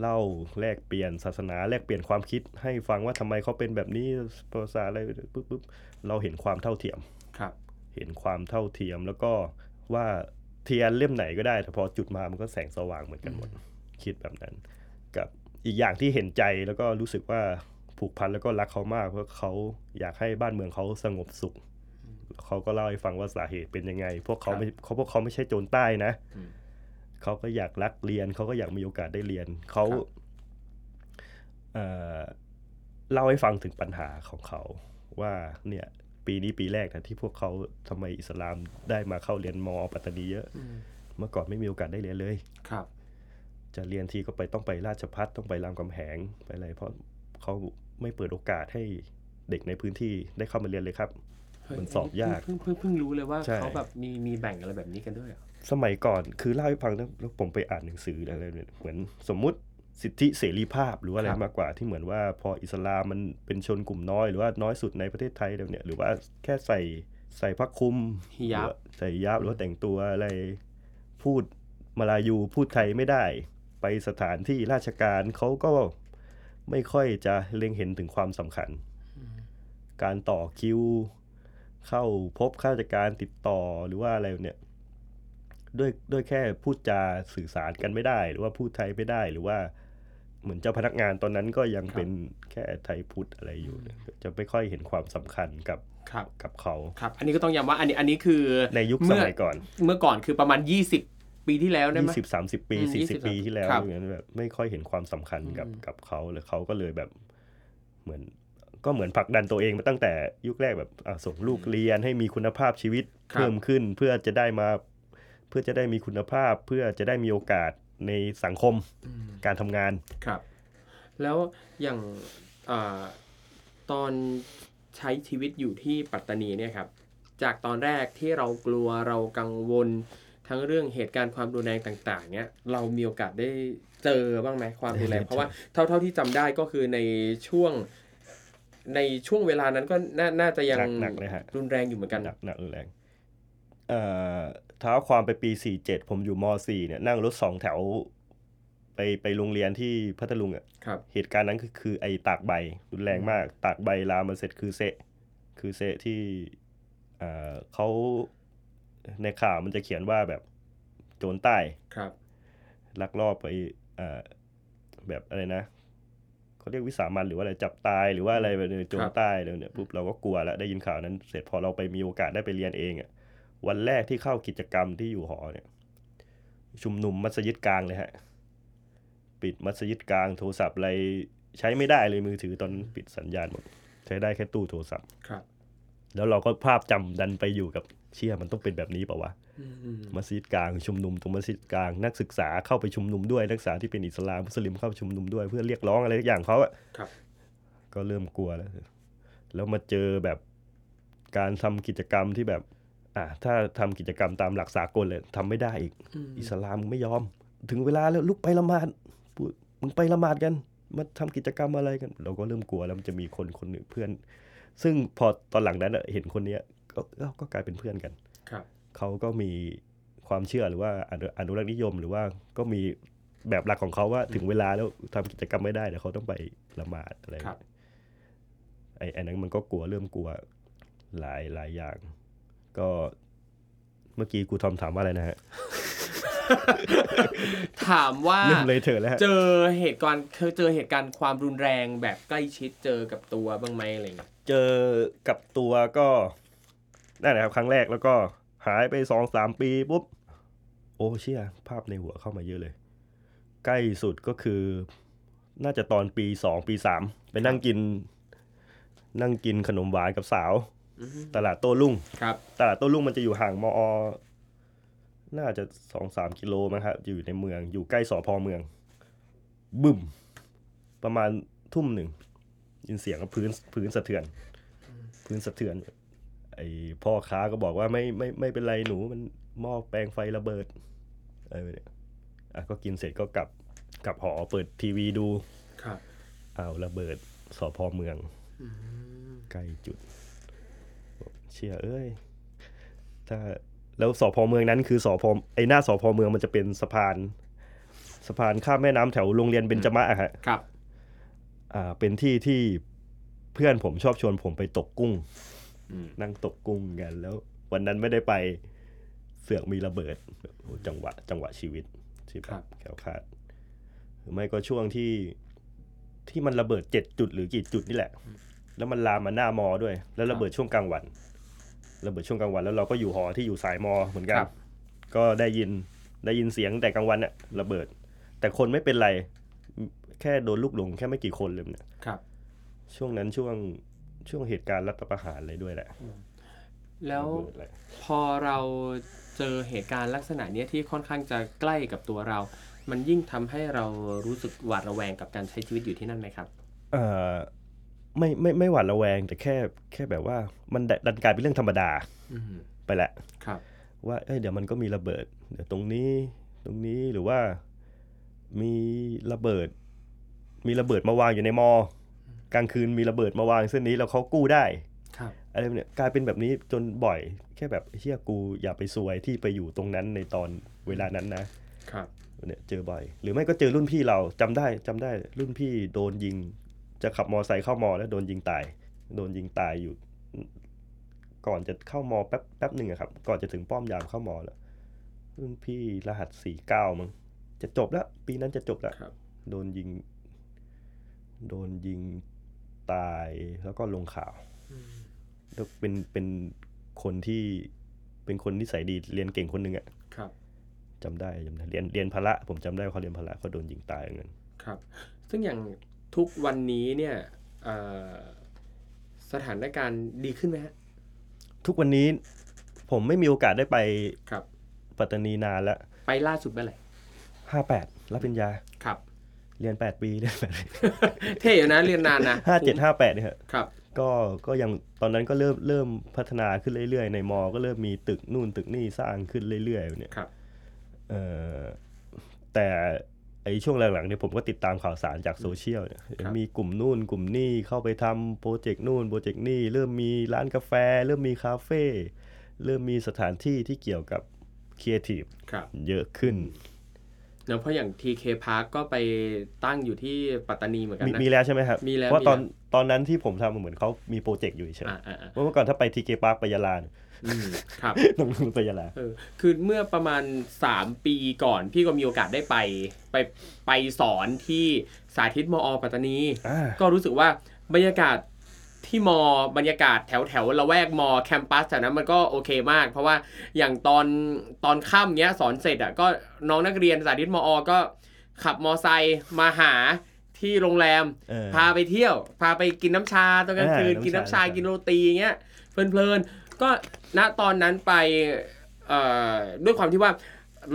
เล่าแลกเปลี่ยนศาสนาแลกเปลี่ยนความคิด ให้ฟังว่าทำไมเขาเป็นแบบนี้ภาษาอะไรปุ๊บปุ๊บเราเห็นความเท่าเทียม
ครับ
เห็นความเท่าเทียมแล้วก็ว่าเทียนเล่มไหนก็ได้ แต่พอจุดมามันก็แสงสว่างเหมือนกันหมด คิดแบบนั้น กับอีกอย่างที่เห็นใจแล้วก็รู้สึกว่าผูกพันแล้วก็รักเขามาก เพราะเขาอยากให้บ้านเมืองเขาสงบสุข เขาก็เล่าให้ฟังว่าสาเหตุเป็นยังไง พวกเขา
ครับ
ไม่เขาพวกเขาไม่ใช่โจรใต้นะ
อืม
เขาก็อยากรักเรียนเขาก็อยากมีโอกาสได้เรียนเขา
ครับ
เอ่อเล่าให้ฟังถึงปัญหาของเขา ว่าเนี่ยปีนี้ปีแรกนะที่พวกเขาทำไมอิสลามได้มาเข้าเรียนมอปัตตานีเยอะ เมื่อก่อนไม่มีโอกาสได้เรียนเลย
ครับ
จะเรียนทีก็ไปต้องไปราชพัฒต้องไปรามคำแหงไปอะไรเพราะเขาไม่เปิดโอกาสให้เด็กในพื้นที่ได้เข้ามาเรียนเลยครับ มันสอบยาก
เพิ่งเพิ่งเพิ่งรู้เลยว่า
ใช่
เขาแบบมีมีแบ่งอะไรแบบนี้กันด้วยเหรอ
สมัยก่อนคือเล่าให้ฟังนะแล้วผมไปอ่านหนังสืออะไรเนี่ยเหมือนสมมุติสิทธิเสรีภาพหรือว่าอะไรมากกว่าที่เหมือนว่าพออิสลามมันเป็นชนกลุ่มน้อยหรือว่าน้อยสุดในประเทศไทยแล้วเนี่ยหรือว่าแค่ใส่ใส่ผ้าคลุม
ฮิยับ
ใส่ยับหรือว่าแต่งตัวอะไรพูดมาลายูพูดไทยไม่ได้ ไปสถานที่ราชการเขาก็ไม่ค่อยจะเล็งเห็นถึงความสำคัญ การต่อคิว เข้าพบข้าราชการติดต่อหรือว่าอะไรเนี่ยด้วยด้วยแค่พูดจาสื่อสารกันไม่ได้ หรือว่าพูดไทยไม่ได้หรือว่าเหมือนเจ้าพนักงานตอนนั้นก็ยัง
ครับ
เป็นแค่ไทยพุทธอะไรอยู่เนี่ยจะไม่ค่อยเห็นความสำคัญกับ
ครับ
กับเขา
ครับ อันนี้ก็ต้องย้ำว่าอันนี้อันนี้คือ
ในยุคส
เมื่อ
มัยก่อน
เมื่อก่อนคือประมาณ 20 ปีที่แล้วได้ไหม
ยี่สิบสามสิบปี
อืม
สี่สิบ
20-30
ปีที่แล้ว
ครับ
อย่างนั้นแบบไม่ค่อยเห็นความสำคัญกับ
อืม
กับเขาเลยเขาก็เลยแบบเหมือนก็เหมือนผลักดันตัวเองมาตั้งแต่ยุคแรกแบบอ่ะส่งลูกเรียนให้มีคุณภาพชีวิตเพิ่มขึ้นเพื่อจะได้มา เพื่อจะได้มีคุณภาพเพื่อจะได้มีโอกาสในสังคม
อืม
การทำงาน
ครับ แล้วอย่างอาตอนใช้ชีวิตอยู่ที่ปัตตานีเนี่ยครับ จากตอนแรกที่เรากลัวเรากังวลทั้งเรื่องเหตุการณ์ความรุนแรงต่าง ๆ เนี่ยเรามีโอกาสได้เจอบ้างไหมความรุนแรง
ได้เจอ
เพราะว่าเท่าเท่าที่จำได้ก็คือในช่วงในช่วงเวลานั้นก็น่าน่าจะยัง
หนักหนักเลยฮะ
รุนแรงอยู่เหมือนกัน
หนักหนักรุนแรงเอ่อเท้าความไปปีสี่เจ็ดผมอยู่มสี่เนี่ยนั่งรถสองแถว ไปไปโรงเรียนที่พัทลุงอ่ะ
ครับ
เหตุการณ์นั้นคือคือไอ้ตากใบรุนแรงมาก ตากใบลามมาเสร็จคือเซะคือเซะที่เอ่อเขาในข่าวมันจะเขียนว่าแบบโจรใต้
ครับ
ลักลอบไปเอ่อแบบอะไรนะเขาเรียกวิสามันหรือว่าอะไรจับตายหรือว่าอะไรแบบนี้โจ
ค
ร
รับ
ใต้แล้วเนี่ยปุ๊บเราก็กลัวแล้วได้ยินข่าวนั้น เสร็จพอเราไปมีโอกาสได้ไปเรียนเองอะวันแรกที่เข้ากิจกรรมที่อยู่หอเนี่ย ชุมนุมมัสยิดกลางเลยฮะ ปิดมัสยิดกลางโทรศัพท์อะไรใช้ไม่ได้เลยมือถือตอนนั้นปิดสัญญาณหมด ใช้ได้แค่ตู้โทรศัพท์
ครับ
แล้วเราก็ภาพจำดันไปอยู่กับเชี่ยมันต้องเป็นแบบนี้เปล่าวะ
อืม
มัสยิดกลางชุมนุมตรงมัสยิดกลางนักศึกษาเข้าไปชุมนุมด้วยนักศึกษาที่เป็นอิสลามมุสลิมเข้าไปชุมนุมด้วยเพื่อเรียกร้องอะไรสักอย่างเขาอะ
ครับ
ก็เริ่มกลัวแล้ว แล้วมาเจอแบบการทำกิจกรรมที่แบบอ่ะถ้าทำกิจกรรมตามหลักสากลเลยทำไม่ได้อีก
อืม
อิสลามไม่ยอม ถึงเวลาแล้วลุกไปละหมาดพูดมึงไปละหมาดกัน มาทำกิจกรรมอะไรกัน เราก็เริ่มกลัวแล้วมันจะมีคนคนหนึ่งเพื่อน ซึ่งพอตอนหลังนั้นอะเห็นคนเนี้ยก็ก็ก็กลายเป็นเพื่อนกัน
ครับ
เขาก็มีความเชื่อหรือว่าอนุอนุรักษ์นิยมหรือว่าก็มีแบบหลักของเขาว่าถึงเวลาแล้วทำกิจกรรมไม่ได้เดี๋ยวเขาต้องไปละหมาดอะไรอย่าง
ครับ
เงี้ยไอ้ไอ้นั้นมันก็กลัวเริ่มกลัวหลายหลายอย่าง ก็เมื่อกี้กูทอมถามว่าอะไรนะฮะ
ถามว่า
เริ่มเลยเถ อะแล้วฮะ
เจอเหตุการณ์เคยเจอเหตุการณ์ความรุนแรงแบบใกล้ชิดเจอกับตัวบ้างไหมอะไรเงี้ย
เจอกับตัวก็นั่นแหละครับครั้งแรกแล้วก็หายไปสองสามปีปุ๊บ โอ้เชี่ยภาพในหัวเข้ามาเยอะเลย ใกล้สุดก็คือ น่าจะตอนปีสองปีสามไปนั่งกิน นั่งกินขนมหวานกับสาว
อือฮึ
ตลาดโต้รุ่ง
ครับ
ตลาดโต้รุ่งมันจะอยู่ห่างมอ น่าจะสองสามกิโลมั้งครับอยู่ในเมือง อยู่ใกล้สอพอเมือง บึ้ม ประมาณทุ่มหนึ่งยินเสียงพื้นพื้นสะเทือน พื้นสะเทือน ไอพ่อค้าก็บอกว่าไม่ไม่ไม่เป็นไรหนูมันหม้อแปลงไฟระเบิดอะไรแบบเนี้ยอ่ะก็กินเสร็จก็กลับกลับหอเปิดทีวีดู
ครับ
อ้าวระเบิดสอพอเมือง ใกล้จุด เชี่ยเอ้ย ถ้าแล้วสพเมืองนั้นคือสพไอหน้าสพเมืองมันจะเป็นสะพาน สะพานข้ามแม่น้ำแถวโรงเรียนเบญจมะอะฮะ
ครับ
อ่า เป็นที่ที่เพื่อนผมชอบชวนผมไปตกกุ้ง
อืม
นั่งตกกุ้งกันแล้ว วันนั้นไม่ได้ไปเสือกมีระเบิดโอ้จังหวะ จังหวะชีวิตที่แบบแขวขาดหรือไม่ก็ช่วงที่ที่มันระเบิดเจ็ดจุดหรือกี่จุดนี่แหละ แล้วมันลามมาหน้ามอด้วย แล้วระเบิดช่วงกลางวัน ระเบิดช่วงกลางวัน แล้วเราก็อยู่หอที่อยู่สายมอเหมือนกัน
ครับ
ก็ได้ยินได้ยินเสียงแต่กลางวันอะระเบิด แต่คนไม่เป็นไร แค่โดนลูกหลงแค่ไม่กี่คนเลยเนี่ย
ครับ
ช่วงนั้นช่วงช่วงเหตุการณ์รัฐประหารเลยด้วยแหละ
แล้ว
ระเบิดอะไร
พอเราเจอเหตุการณ์ลักษณะเนี้ยที่ค่อนข้างจะใกล้กับตัวเรา มันยิ่งทำให้เรารู้สึกหวาดระแวงกับการใช้ชีวิตอยู่ที่นั่นไหมครับ
เอ่อไม่ไม่ไม่หวาดระแวงแต่แค่แค่แบบว่ามันดันดันกลายเป็นเรื่องธรรมดา
อืม
ไปละ
ครับ
ว่าเอ้ยเดี๋ยวมันก็มีระเบิด เดี๋ยวตรงนี้ตรงนี้หรือว่ามีระเบิด มีระเบิดมาวางอยู่ในมอกลางคืนมีระเบิดมาวางเส้นนี้แล้วเขากู้ได้
ครับ
อะไรแบบเนี่ยกลายเป็นแบบนี้จนบ่อย แค่แบบเฮียกูอย่าไปซวยที่ไปอยู่ตรงนั้นในตอนเวลานั้นนะ
ครับ
เนี่ยเจอบ่อยหรือไม่ก็เจอรุ่นพี่เราจำได้จำได้รุ่นพี่โดนยิง จะขับมอไซค์เข้ามอแล้วโดนยิงตาย โดนยิงตายอยู่ ก่อนจะเข้ามอแป๊บแป๊บหนึ่งอะครับ ก่อนจะถึงป้อมยามเข้ามอแล้ว รุ่นพี่รหัสสี่เก้ามั้งจะจบแล้ว ปีนั้นจะจบแล้ว
ครับ
โดนยิง โดนยิงตายแล้วก็ลงข่าวแล้วเป็นเป็นคนที่เป็นคนนิสัยดีเรียนเก่งคนหนึ่งอะ
ครับ
จำได้จำได้เรียนเรียนพละผมจำได้ว่าเขาเรียนพละเขาโดนยิงตายเงิน
ครับ ซึ่งอย่างทุกวันนี้เนี่ยเอ่อสถานการณ์ดีขึ้นไหมฮะ
ทุกวันนี้ผมไม่มีโอกาสได้ไป
ครับ
ปัตตานีนานละ
ไปล่าสุดเมื่อไหร่
ห้าแปดรับปริญญา
ครับ
เรียนแปดปีเรียนแปด
เท่อยู่นะเรียนนานนะ
ห้าเจ็ดห้าแปดเนี่ยฮะ
ครับ
ก็ก็ยังตอนนั้นก็เริ่มเริ่มพัฒนาขึ้นเรื่อยๆ ในมอ ก็เริ่มมีตึกนู่นตึกนี่สร้างขึ้นเรื่อยๆเนี่ย
ครับ
เออแต่ไอช่วงหลังๆเนี่ยผมก็ติดตามข่าวสารจากโซเชียลเนี่ย
ครับ
มีกลุ่มนู่นกลุ่มนี่เข้าไปทำโปรเจกต์นู่นโปรเจกต์นี่เริ่มมีร้านกาแฟ เริ่มมีคาเฟ่เริ่มมีสถานที่ที่เกี่ยวกับครีเอทีฟ
ครับ
เยอะขึ้น
เนอะเพราะอย่าง TK Park ก็ไปตั้งอยู่ที่ปัตตานีเหมือนกัน
มี
นะ
มีแล้วใช่ไหมครับ
มีแล้ว
เพราะตอน
มีแล้
ตอนนั้นที่ผมทำมันเหมือนเขามีโปรเจกต์อยู่เฉย
อ่าอ่าอ่า
ๆเมื่อก่อนถ้าไปทีเกปาร์คไปยาลาเนี่ย
อืมครับ
น้องนุ่งไปยาลา
เออคือเมื่อประมาณ 3 ปีก่อนพี่ก็มีโอกาสได้ไป ไปไปสอนที่สาธิตมอปัตตานี
อ่า
ก็รู้สึกว่าบรรยากาศที่มอบรรยากาศแถวแถวๆละแวกมอแคมปัสแถวนั้นมันก็โอเคมาก เพราะว่าอย่างตอนตอนค่ำเงี้ยสอนเสร็จอ่ะก็น้องนักเรียนสาธิตมอก็ขับมอไซค์มาหาที่โรงแรม
เออ
พาไปเที่ยว พาไปกินน้ำชาตอนกลางคืน
เออน้ำชา
กินน้ำชา
น้ำชากิ
กินโรตีอย่างเงี้ยเพลินๆก็ณตอนนั้นไปเอ่อด้วยความที่ว่า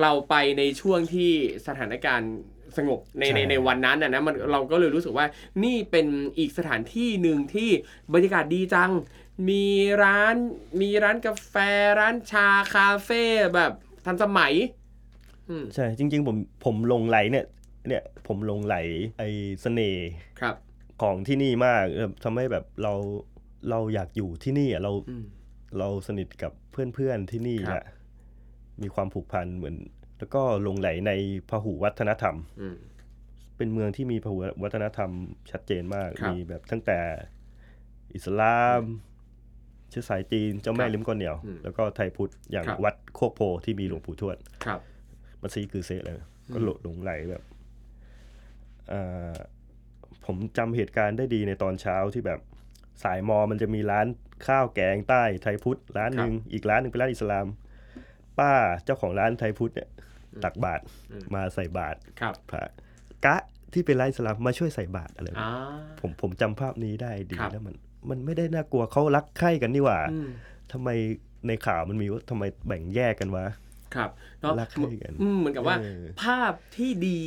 เราไปในช่วงที่สถานการณ์สงบในในในวันนั้นนะนะมันเราก็เลยรู้สึกว่านี่เป็นอีกสถานที่หนึ่งที่บรรยากาศดีจัง มีร้านมีร้านกาแฟร้านชาคาเฟ่แบบทันสมัย อืม
ใช่จริง ๆ ผมผมหลงไหลเนี่ยเนี่ยผมหลงไหลไอเสน่ห์
ครับ
ของที่นี่มากเออทำให้แบบเราเราอยากอยู่ที่นี่อ่ะเรา
อืม
เราสนิทกับเพื่อนๆที่นี่
ครับ
อ่ะมีความผูกพันเหมือน แล้วก็หลงไหลในพหูวัฒนธรรม
อืม
เป็นเมืองที่มีพหูวัฒนธรรมชัดเจนมาก
ครับ
มีแบบตั้งแต่อิสลาม เชื้อสายจีนเจ้าแม่
ครับ
ลิ้มก้นเหนียว
อืม
แล้วก็ไทยพุทธอย่าง
ครับ
วัดโคกโพที่มีหลวงปู่ทวด
ครับ
มัสยิดคือเซะเลยก็หลงหลงไหลแบบเอ่อผมจำเหตุการณ์ได้ดีในตอนเช้าที่แบบสายมอมันจะมีร้านข้าวแกงใต้ไทยพุทธร้านหนึ่งอีกร้านหนึ่งเป็นร้านอิสลาม ป้าเจ้าของร้านไทยพุทธเนี่ย ตักบาตร
อืม
มาใส่บาตร
ครับ
พระกะที่เป็นไร้สลัมมาช่วยใส่บาตรอะไรแบบ
อ่า
ผมผมจำภาพนี้ได้ดี
ครับ
แล้วมันมันไม่ได้น่ากลัวเขารักใคร่กันนี่หว่า
อืม
ทำไมในข่าวมันมีว่าทำไมแบ่งแยกกันวะ
ครับเนาะ
รักใคร่กัน
อืมเหมือนกับว่า
เออ
ภาพที่ดี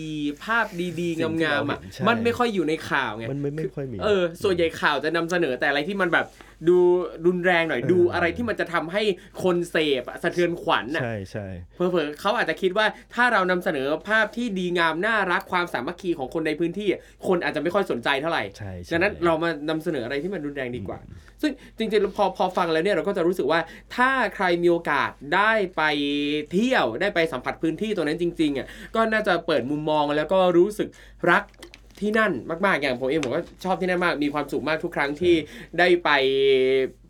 ภาพดี
สิ่
ๆ
งที่
งามๆ
เราเห็
อ่ะ
นใช่
มันไม่ค่อยอยู่ในข่าวไง
มันไม่ไม่ค่อยมี
เออ ส่วนใหญ่ข่าวจะนำเสนอแต่อะไรที่มันแบบดูรุนแรงหน่อย
เออ
ดูอะไรที่มันจะทำให้คนเสพอะสะเทือนขวัญน่ะ
ใช่ใช่
เผลอๆเขาอาจจะคิดว่าถ้าเรานำเสนอภาพที่ดีงามน่ารักความสามัคคีของคนในพื้นที่อะคนอาจจะไม่ค่อยสนใจเท่าไหร่
ใช่ใช่
ดังนั้นเรามานำเสนออะไรที่มันรุนแรงดีกว่า ซึ่งจริงๆพอพอฟังแล้วเนี่ยเราก็จะรู้สึกว่าถ้าใครมีโอกาสได้ไปเที่ยวได้ไปสัมผัสพื้นที่ตรงนั้นจริงๆอ่ะก็น่าจะเปิดมุมมองแล้วก็รู้สึกรักที่นั่นมากๆอย่างผมเองผมก็ชอบที่นั่นมากมีความสุขมากทุกครั้งที่ได้ไป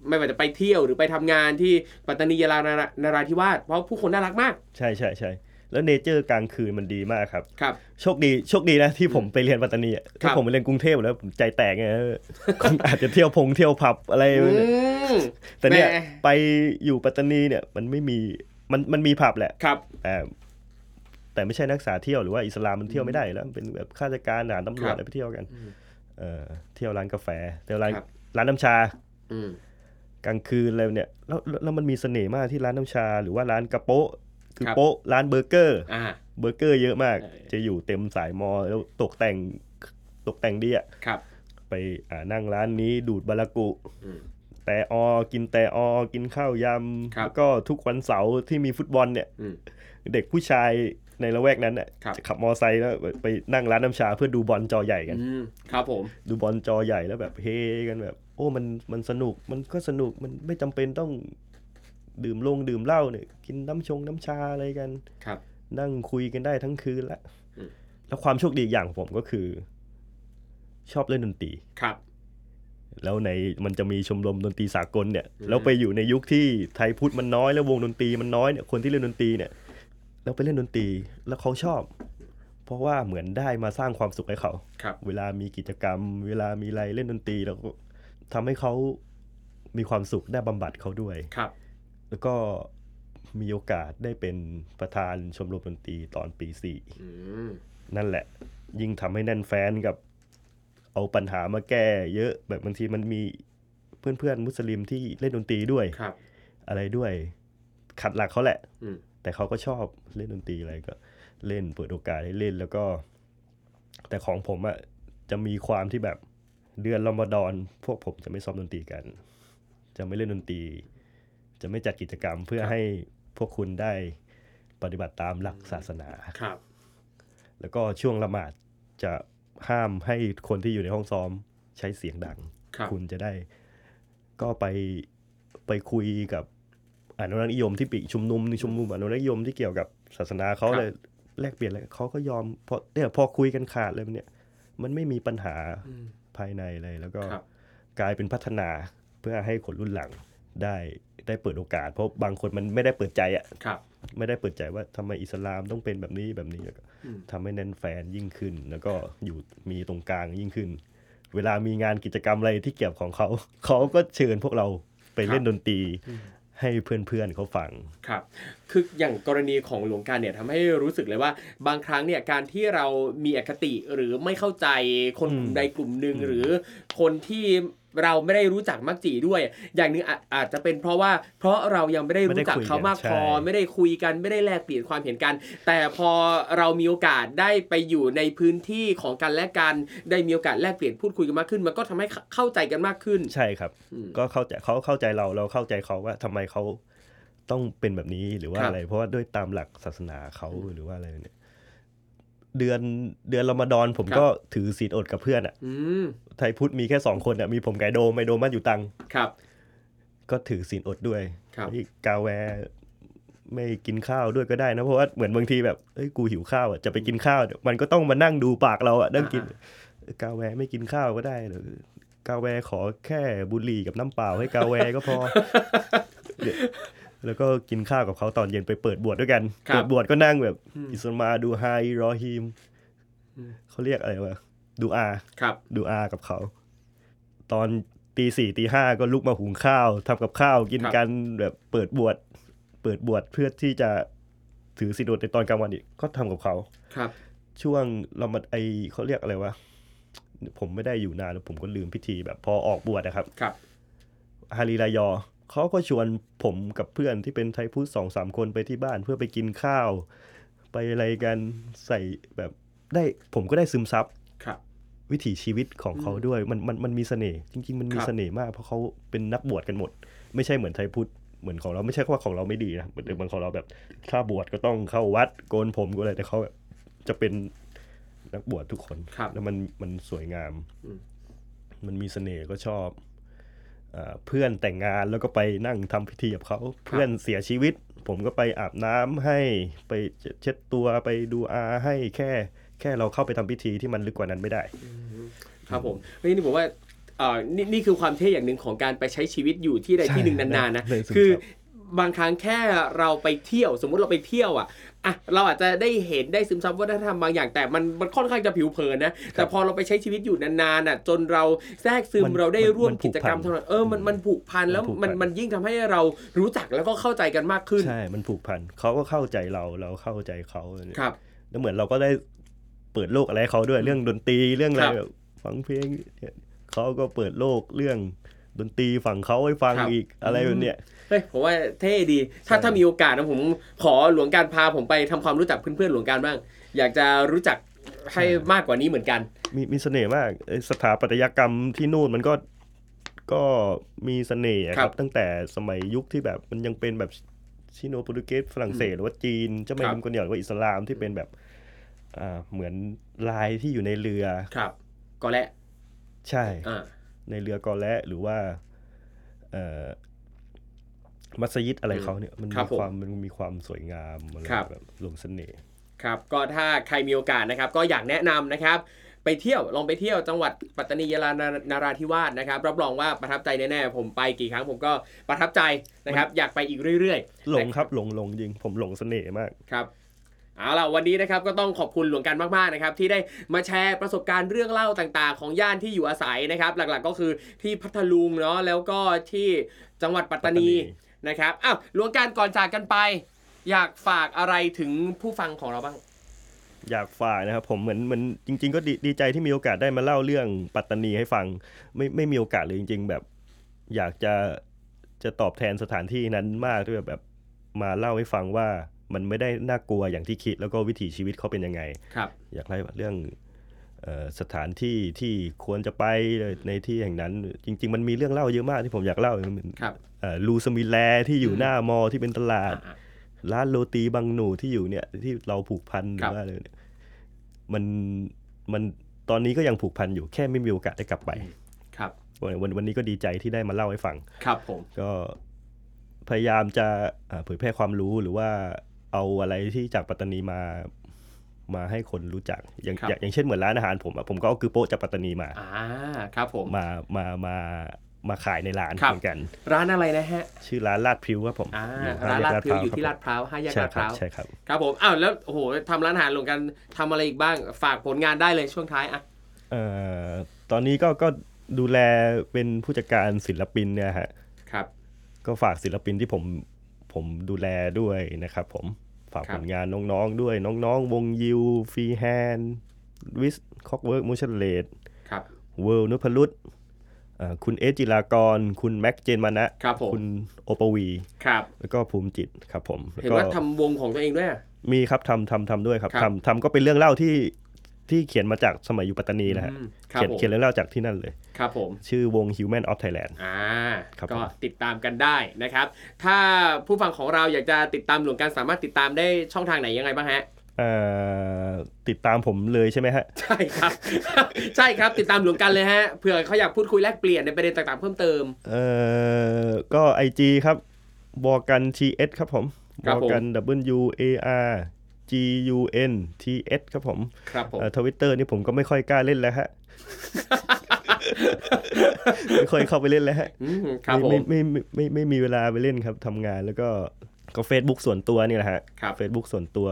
ไม่ว่าจะไปเที่ยวหรือไปทำงานที่ปัตตานียะลานารานาราธิวาสเพราะผู้คนน่ารักมาก
ใช่ใช่ใช่แล้วเนเจอร์กลางคืนมันดีมากครับ
ครับ
โชคดีโชคดีนะที่ผมไปเรียนปัตตานีอะ
ครั
ถ้า
บ
ผมไปเรียนกรุงเทพแล้วผมใจแตกไงเออคงอาจจะเที่ยวพงเที่ยวผับอะไร
อืม
แต่เนี่ย
แหม
ไปอยู่ปัตตานีเนี่ยมันไม่มีมันมันมีผับแหละ
ครับ
แต่แต่ไม่ใช่นักศึกษาเที่ยวหรือว่าอิสลามมันเที่ยวไม่ได้อยู่แล้วมันเป็นแบบข้าราชการทหารตำรว
ครั
จ
บ
อะไรไปเที่ยวกันเออเที่ยวร้านกาแฟเที่ยวร้าน
ครับ
ร้านน้ำชา
อืม
กลางคืนอะไรเนี่ยแล้วแล้วแล้วมันมีเสน่ห์มากที่ร้านน้ำชา หรือว่าร้านกระโปะคือ
ครับ
โปะร้านเบอร์เกอร์
อ่า
เบอร์เกอร์เยอะมาก
ใช่
จะอยู่เต็มสายมอ แล้วตกแต่งตกแต่งดีอะ
ครับ
ไปอ่านั่งร้านนี้ดูดบารากุ
อืม
แต่ออกินแต่ออกินข้าว
ครับ
ยำแล้วก็ทุกวันเสาร์ที่มีฟุตบอลเนี่ย
อืม
เด็กผู้ชายในละแวกนั้นน่ะ
ครับ
จะขับมอไซค์แล้วไปนั่งร้านน้ำชาเพื่อดูบอลจอใหญ่กัน
อืมครับผม
ดูบอลจอใหญ่แล้วแบบเฮกันแบบ โอ้มันมันสนุกมันก็สนุกมันไม่จำเป็นต้องดื่มลงดื่มเหล้าเนี่ยกินน้ำชงน้ำชาอะไรกัน
ครับ
นั่งคุยกันได้ทั้งคืนละ
อืม
แล้วความโชคดีอีกอย่างของผมก็คือ ชอบเล่นดนตรี
ครับ
แล้วในมันจะมีชมรมดนตรีสากลเนี่ย
อืม
แล้วไปอยู่ในยุคที่ไทยพุทธมันน้อยแล้ววงดนตรีมันน้อยเนี่ยคนที่เล่นดนตรีเนี่ย แล้วไปเล่นดนตรีแล้วเขาชอบ เพราะว่าเหมือนได้มาสร้างความสุขให้เขา
ครับ
เวลามีกิจกรรม เวลามีอะไรเล่นดนตรีแล้วก็ทำให้เขามีความสุขได้บำบัดเขาด้วย
ครับ
แล้วก็มีโอกาสได้เป็นประธานชมรมดนตรีตอนปีสี่
อืม
นั่นแหละ ยิ่งทำให้แน่นแฟนกับ เอาปัญหามาแก้เยอะแบบบางทีมันมีเพื่อนๆ มุสลิมที่เล่นดนตรีด้วย
ครับ
อะไรด้วย ขัดหลักเขาแหละ
อืม
แต่เขาก็ชอบเล่นดนตรีอะไรก็ เล่นเปิดโอกาสให้เล่นแล้วก็ แต่ของผมอะจะมีความที่แบบเดือนรอมฎอนพวกผมจะไม่ซ้อมดนตรีกัน จะไม่เล่นดนตรี จะไม่จัดกิจกรรมเพื่อให้พวกคุณได้ปฏิบัติตามหลักศาสนา
ครับ
แล้วก็ช่วงละหมาดจะห้ามให้คนที่อยู่ในห้องซ้อมใช้เสียงดัง
ครับ
คุณจะได้ก็ไปไปคุยกับอนุรักษ์นิยมที่ปีกชุมนุมในชุมนุมอนุรักษ์นิยมที่เกี่ยวกับศาสนาเขา
ครับ
เลยแลกเปลี่ยนเลยเขาก็ยอมพอเนี่ยพอคุยกันขาดเลยเนี่ย มันไม่มีปัญหา
อืม
ภายในเลยแล้วก็
ครับ
กลายเป็นพัฒนาเพื่อให้คนรุ่นหลังได้ได้เปิดโอกาส เพราะบางคนมันไม่ได้เปิดใจอะ
ครับ
ไม่ได้เปิดใจว่าทำไมอิสลามต้องเป็นแบบนี้แบบนี้แล้วก็
อืม
ทำให้แน่นแฟนยิ่งขึ้น แล้วก็อยู่มีตรงกลางยิ่งขึ้น เวลามีงานกิจกรรมอะไรที่เกี่ยวของเขา เขาก็เชิญพวกเราไปเล่นดนตรี ให้เพื่อนๆเขาฟัง
ครับ คืออย่างกรณีของหลวงการเนี่ยทำให้รู้สึกเลยว่าบางครั้งเนี่ยการที่เรามีอคติหรือไม่เข้าใจคนกลุ่มใดกลุ่มหนึ่งหรือคนที่เราไม่ได้รู้จักมักจีด้วย อย่างหนึ่งอาอาจจะเป็นเพราะว่าเพราะเรายังไม่ได้รู้จักเขามากพอ
ไม่
ไม่
ได้
ได้
คุ
คุย
ยกั
กัน
น
ไม่ได้แลกเปลี่ยนความเห็นกัน แต่พอเรามีโอกาสได้ไปอยู่ในพื้นที่ของกันและกัน ได้มีโอกาสแลกเปลี่ยนพูดคุยกันมากขึ้น มันก็ทำให้เข้าใจกันมากขึ้น
ใช่ครับ
อืม
ก็เข้าใจเขาเข้าใจเราเราเข้าใจเขาว่าทำไมเขาต้องเป็นแบบนี้หรือว่า
ครับ
อะไร เพราะว่าด้วยตามหลักศาสนาเขาหรือว่าอะไรเนี่ยเดือนเดือนรอมฎอนผมก็ถือศีลอดกับเพื่อนอะ
อืม
ไทยพุทธมีแค่สองคนอะมีผมไก่โดมไอโดมบ้านอยู่ตัง
ครับ
ก็ถือศีลอดด้วย
ครับ
นี่กาแฟไม่กินข้าวด้วยก็ได้นะ เพราะว่าเหมือนบางทีแบบเอ้ยกูหิวข้าวอ่ะจะไปกินข้าวเดี๋ยวมันก็ต้องมานั่งดูปากเราอ่ะนั่งกิน
อ่
กาแฟไม่กินข้าวก็ได้หรือกาแฟขอแค่บุหรี่กับน้ำเปล่าให้กาแฟก็พอ เนี่ยแล้วก็กินข้าวกับเขาตอนเย็นไปเปิดบวชด้วยกัน
ครับ
เปิดบวชก็นั่งแบบอิสมาดูไฮรอฮีมเขาเรียกอะไรวะดูอา
ครับ
ดูอากับเขา ตอนตีสี่ตีห้าก็ลุกมาหุงข้าวทำกับข้าวกิน
ครับ
กันแบบเปิดบวชเปิดบวชเพื่อที่จะ ถือสินอดในตอนกลางวันอีกก็ทำกับเขา
ครับ
ช่วงเรามาไอเขาเรียกอะไรวะผมไม่ได้อยู่นานแล้วผมก็ลืมพิธีแบบพอออกบวชนะครับ
ครับ
ฮารีรายอเขาก็ชวนผมกับเพื่อนที่เป็นไทยพุทธสองสามคนไปที่บ้านเพื่อไปกินข้าว ไปอะไรกันใส่แบบได้ผมก็ได้ซึมซับ
ครับ
วิถีชีวิตของเขาด้วยมันมันมันมีเสน่ห์จริง ๆ มันมี
ครับ
เสน่ห์มากเพราะเขาเป็นนักบวชกันหมด ไม่ใช่เหมือนไทยพุทธเหมือนของเราไม่ใช่ว่าของเราไม่ดีนะเหมือนเหมือนของเราแบบ ถ้าบวชก็ต้องเข้าวัดโกนผมโก็อะไรแต่เขาแบบจะเป็นนักบวชทุกคน
ครับ
แล้วมันมันสวยงาม
อืม
มันมีเสน่ห์ก็ชอบอ่าเพื่อนแต่งงานแล้วก็ไปนั่งทำพิธีกับเขาเพื่อนเสียชีวิต ผมก็ไปอาบน้ำให้ไปเช็ดตัวไปดูอาให้แค่แค่เราเข้าไปทำพิธีที่มันลึกกว่านั้นไม่ได้
ครับผมเฮ้ยนี่ผมว่าเอ่อนี่นี่คือความเท่อย่างหนึ่งของการไปใช้ชีวิตอยู่ที่ใด
ใช่
ที่หนึ่งนานๆนะ
เลยสุด
คือ
ครับ
บางครั้งแค่เราไปเที่ยว สมมุติเราไปเที่ยวอ่ะอ่ะเราอาจจะได้เห็นได้ซึมซับวัฒนธรรมบางอย่างแต่มันมันค่อนข้างจะผิวเผินนะแต่พอเราไปใช้ชีวิตอยู่นานๆอ่ะจนเราแทรกซึม
มัน
เราได้ร่วม
มันผู
กิ
ก
จกรรม
พัน
ทั้งนั้นเออมันมันผูกพันแล้ว
มันผูกพัน
มันมันยิ่งทำให้เรารู้จักแล้วก็เข้าใจกันมากขึ้น
ใช่ มันผูกพันเขาก็เข้าใจเรา เราเข้าใจเขา
ครับ
แล้วเหมือนเราก็ได้เปิดโลกอะไรให้เขาด้วย เรื่องดนตรี เรื่องอะไร
ครับ
แบบฟังเพลงเนี่ยเขาก็เปิดโลกเรื่องดนตรีฝั่งเขาให้ฟัง
ครับ
อีกอะไรแบบเนี้ย
เฮ้ยผมว่าเท่ดี ถ้า
ใช่
ถ้ามีโอกาสนะผมขอหลวงการพาผมไปทำความรู้จักเพื่อนๆหลวงการบ้าง อยากจะรู้จักให้มากกว่านี้เหมือนกัน
มีมีเสน่ห์มากเอ้ยสถาปัตยกรรมที่นู่นมันก็ก็มีเสน่ห์อะค
ครั
รับ
บ
ตั้งแต่สมัยยุคที่แบบมันยังเป็นแบบชิโนโปรตุเกสฝรั่งเศสหรือว่าจีนเจ้า
ค
แม่
รับ
กิมกวนเหนียวหรือว่าอิสลามที่เป็นแบบอ่าเหมือนลายที่อยู่ในเรือ
ครับ ก็และ
ใช่
อ่า
ในเรือกอและหรือว่าเอ่อมัสยิดอะไร
อืม
เขาเนี่ยมัน
ครั
มี
บผม
ความมันมีความสวยงามอะไร
ครับ
แบบหลงเสน่ห์
ครับก็ถ้าใครมีโอกาสนะครับ ก็อยากแนะนำนะครับ ไปเที่ยวลองไปเที่ยวจังหวัดปัตตานียะลานานาราธิวาสนะครับ รับรองว่าประทับใจแน่ๆผมไปกี่ครั้งผมก็ประทับใจนะครับ อยากไปอีกเรื่อยๆ
หลงครับหลงหลงจริง ผมหลงเสน่ห์มาก
ครับเอาล่ะวันนี้นะครับก็ต้องขอบคุณหลวงกันมากๆนะครับที่ได้มาแชร์ประสบการณ์เรื่องเล่าต่างๆ ของย่านที่อยู่อาศัยนะครับ หลักๆก็คือที่พัทลุงเนาะแล้วก็ที่จังหวัดปัตตานี
ปัตตานี
นะครับอ้าวหลวงการก่อนจากกันไป อยากฝากอะไรถึงผู้ฟังของเราบ้าง
อยากฝากนะครับผมเหมือนเหมือนจริง ๆ ก็ดีดีใจที่มีโอกาสได้มาเล่าเรื่องปัตตานีให้ฟัง ไม่ไม่มีโอกาสเลยจริง ๆ แบบ อยากจะจะตอบแทนสถานที่นั้นมากด้วยแบบมาเล่าให้ฟังว่ามันไม่ได้น่ากลัวอย่างที่คิด แล้วก็วิถีชีวิตเขาเป็นยังไง
ครับ
อยากไล่เรื่องเอ่อสถานที่ที่ควรจะไปในที่แห่งนั้น จริง ๆ มันมีเรื่องเล่าเยอะมากที่ผมอยากเล่า
ครับ
เอ่อลูสมิแลที่อยู่หน้ามอที่เป็นตลาด
อ่า
ร้านโรตีบางหนูที่อยู่เนี่ยที่เราผูกพันห
ครับ
รือว่าอะไรเนี่ยมันมันตอนนี้ก็ยังผูกพันอยู่แค่ไม่มีโอกาสได้กลับไป
ๆครับ
วันวันวันนี้ก็ดีใจที่ได้มาเล่าให้ฟัง
ครับผม
ก็พยายามจะเอ่อเผยแพร่ความรู้หรือว่าเอาอะไรที่จากปัตตานีมามาให้คนรู้จักอย่างอย่างอย่างเช่นเหมือนร้านอาหารผมอะผมก็เอาคือโป๊ะจากปัตตานีมา
อ่าครับผม
มามามามาขายในร้าน
ครับ
เหมือนกัน
ร้านอะไรนะฮะ
ชื่อร้านลาดพริ้วครับผม
อ่า
อยู่
ร้านลาดพริ้วอยู่ที่
ค
ลา
บ
ดพร้าวห้าแยก
ใช่
ลาด
ค
พ
รับ
ร้าว
ใช่ครับ
ครับผมอ้าวแล้วโอ้โหทำร้านอาหารหลวงกันทำอะไรอีกบ้างฝากผลงานได้เลยช่วงท้ายอ่ะ
เอ่อตอนนี้ก็ก็ดูแลเป็นผู้จัดการศิลปินเนี่ยฮะ
ครับ
ก็ฝากศิลปินที่ผมผมดูแลด้วยนะครับผมฝาก
ครั
ผ
บ
ลงานน้องๆด้วยน้องๆ วงยิวฟรีแฮนวิสคอกเวิร์กมูชันเลด
ครับ
เวิลนุพลุตเอ่อคุณเอสจิรากร คุณแม็กเจนมานะครับ
ผม
คุณโอปวี
ครับ
แล้วก็ภูมิจิตครับผมแล้
เห็น
ก็
ว่าทำวงของตัวเองด้วยอะ
มีครับทำทำทำด้วยครับ
ครับ
ทำทำก็เป็นเรื่องเล่าที่ที่เขียนมาจากสมัยอยู่ปัตตานีนะฮะ
อืมครับ
เขียน
ผม
เขียนเรื่องเล่าจากที่นั่นเลย
ครับผม
ชื่อวง Human of Thailand
อ่า
ครับ
ก็
ผม
ติดตามกันได้นะครับ ถ้าผู้ฟังของเราอยากจะติดตามหลวงการสามารถติดตามได้ช่องทางไหนยังไงบ้างฮะ
เอ่อติดตามผมเลยใช่ไหมฮะ
ใช่ครับ ใช่ครับติดตามหลวงการเลยฮะเผื่อเขาอยากพูดคุยแลกเปลี่ยนในประเด็นต่างๆเพิ่มเติม
เอ่อก็ IG ครับบอกกัน TS ครับผม
ครับ บผม
อกัน W A R G U N T S ครับผม
ครับผม
ทวิตเตอร์นี่ผมก็ไม่ค่อยกล้าเล่น แล้วฮะ ไม่ค่อยเข้าไปเล่นแล้วฮะ
มครับผ
ไม่
ม
ไม่ไม่ไมไม่ไม่มีเวลาไปเล่นครับทำงานแล้วก็ก็ Facebook ส่วนตัวนี่แหละฮะ
ครับ
Facebook ส่วนตัว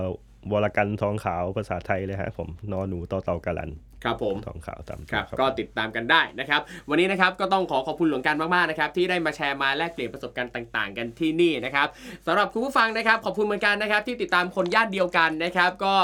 วรกันทองขาวภาษาไทยเลยฮะผมนอหนูต่อเต่ากาลัน
ครับผม
ทองขาวตามตัว
ครับ
ครับ
ก็ติดตามกันได้นะครับ วันนี้นะครับก็ต้องขอขอบคุณหลวงการมากๆนะครับที่ได้มาแชร์มาแลกเปลี่ยนประสบการณ์ต่าง ๆ กันที่นี่นะครับสำหรับคุณผู้ฟังนะครับ ขอบคุณเหมือนกันนะครับ ที่ติดตามคนญาติเดียวกันนะครับ ก็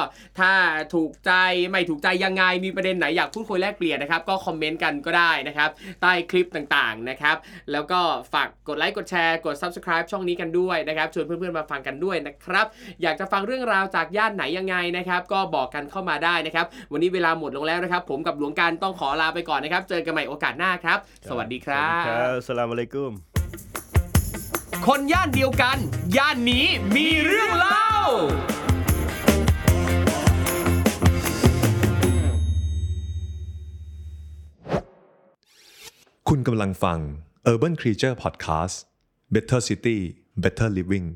ถ้าถูกใจไม่ถูกใจยังไงมีประเด็นไหนอยากพูดคุยแลกเปลี่ยนนะครับ ก็คอมเมนต์กันก็ได้นะครับใต้คลิปต่างๆนะครับ แล้วก็ฝากกดไลค์กดแชร์กด subscribe ช่องนี้กันด้วยนะครับชวนเพื่อนๆมาฟังกันด้วยนะครับ อยากจะฟังเรื่องราวจากย่านไหนยังไงนะครับ ก็บอกกันเข้ามาได้นะครับ วันนี้เวลาหมดลงแล้วนะครับ ผมกับหลวงการต้องขอลาไปก่อนนะครับ เจอกันใหม่โอกาสหน้าครับ สวัสดีครับ
สลามอะลัยกุม
คนย่านเดียวกัน ย่านนี้มีเรื่องเล่า
คุณกำลังฟัง Urban Creature Podcast Better City Better Living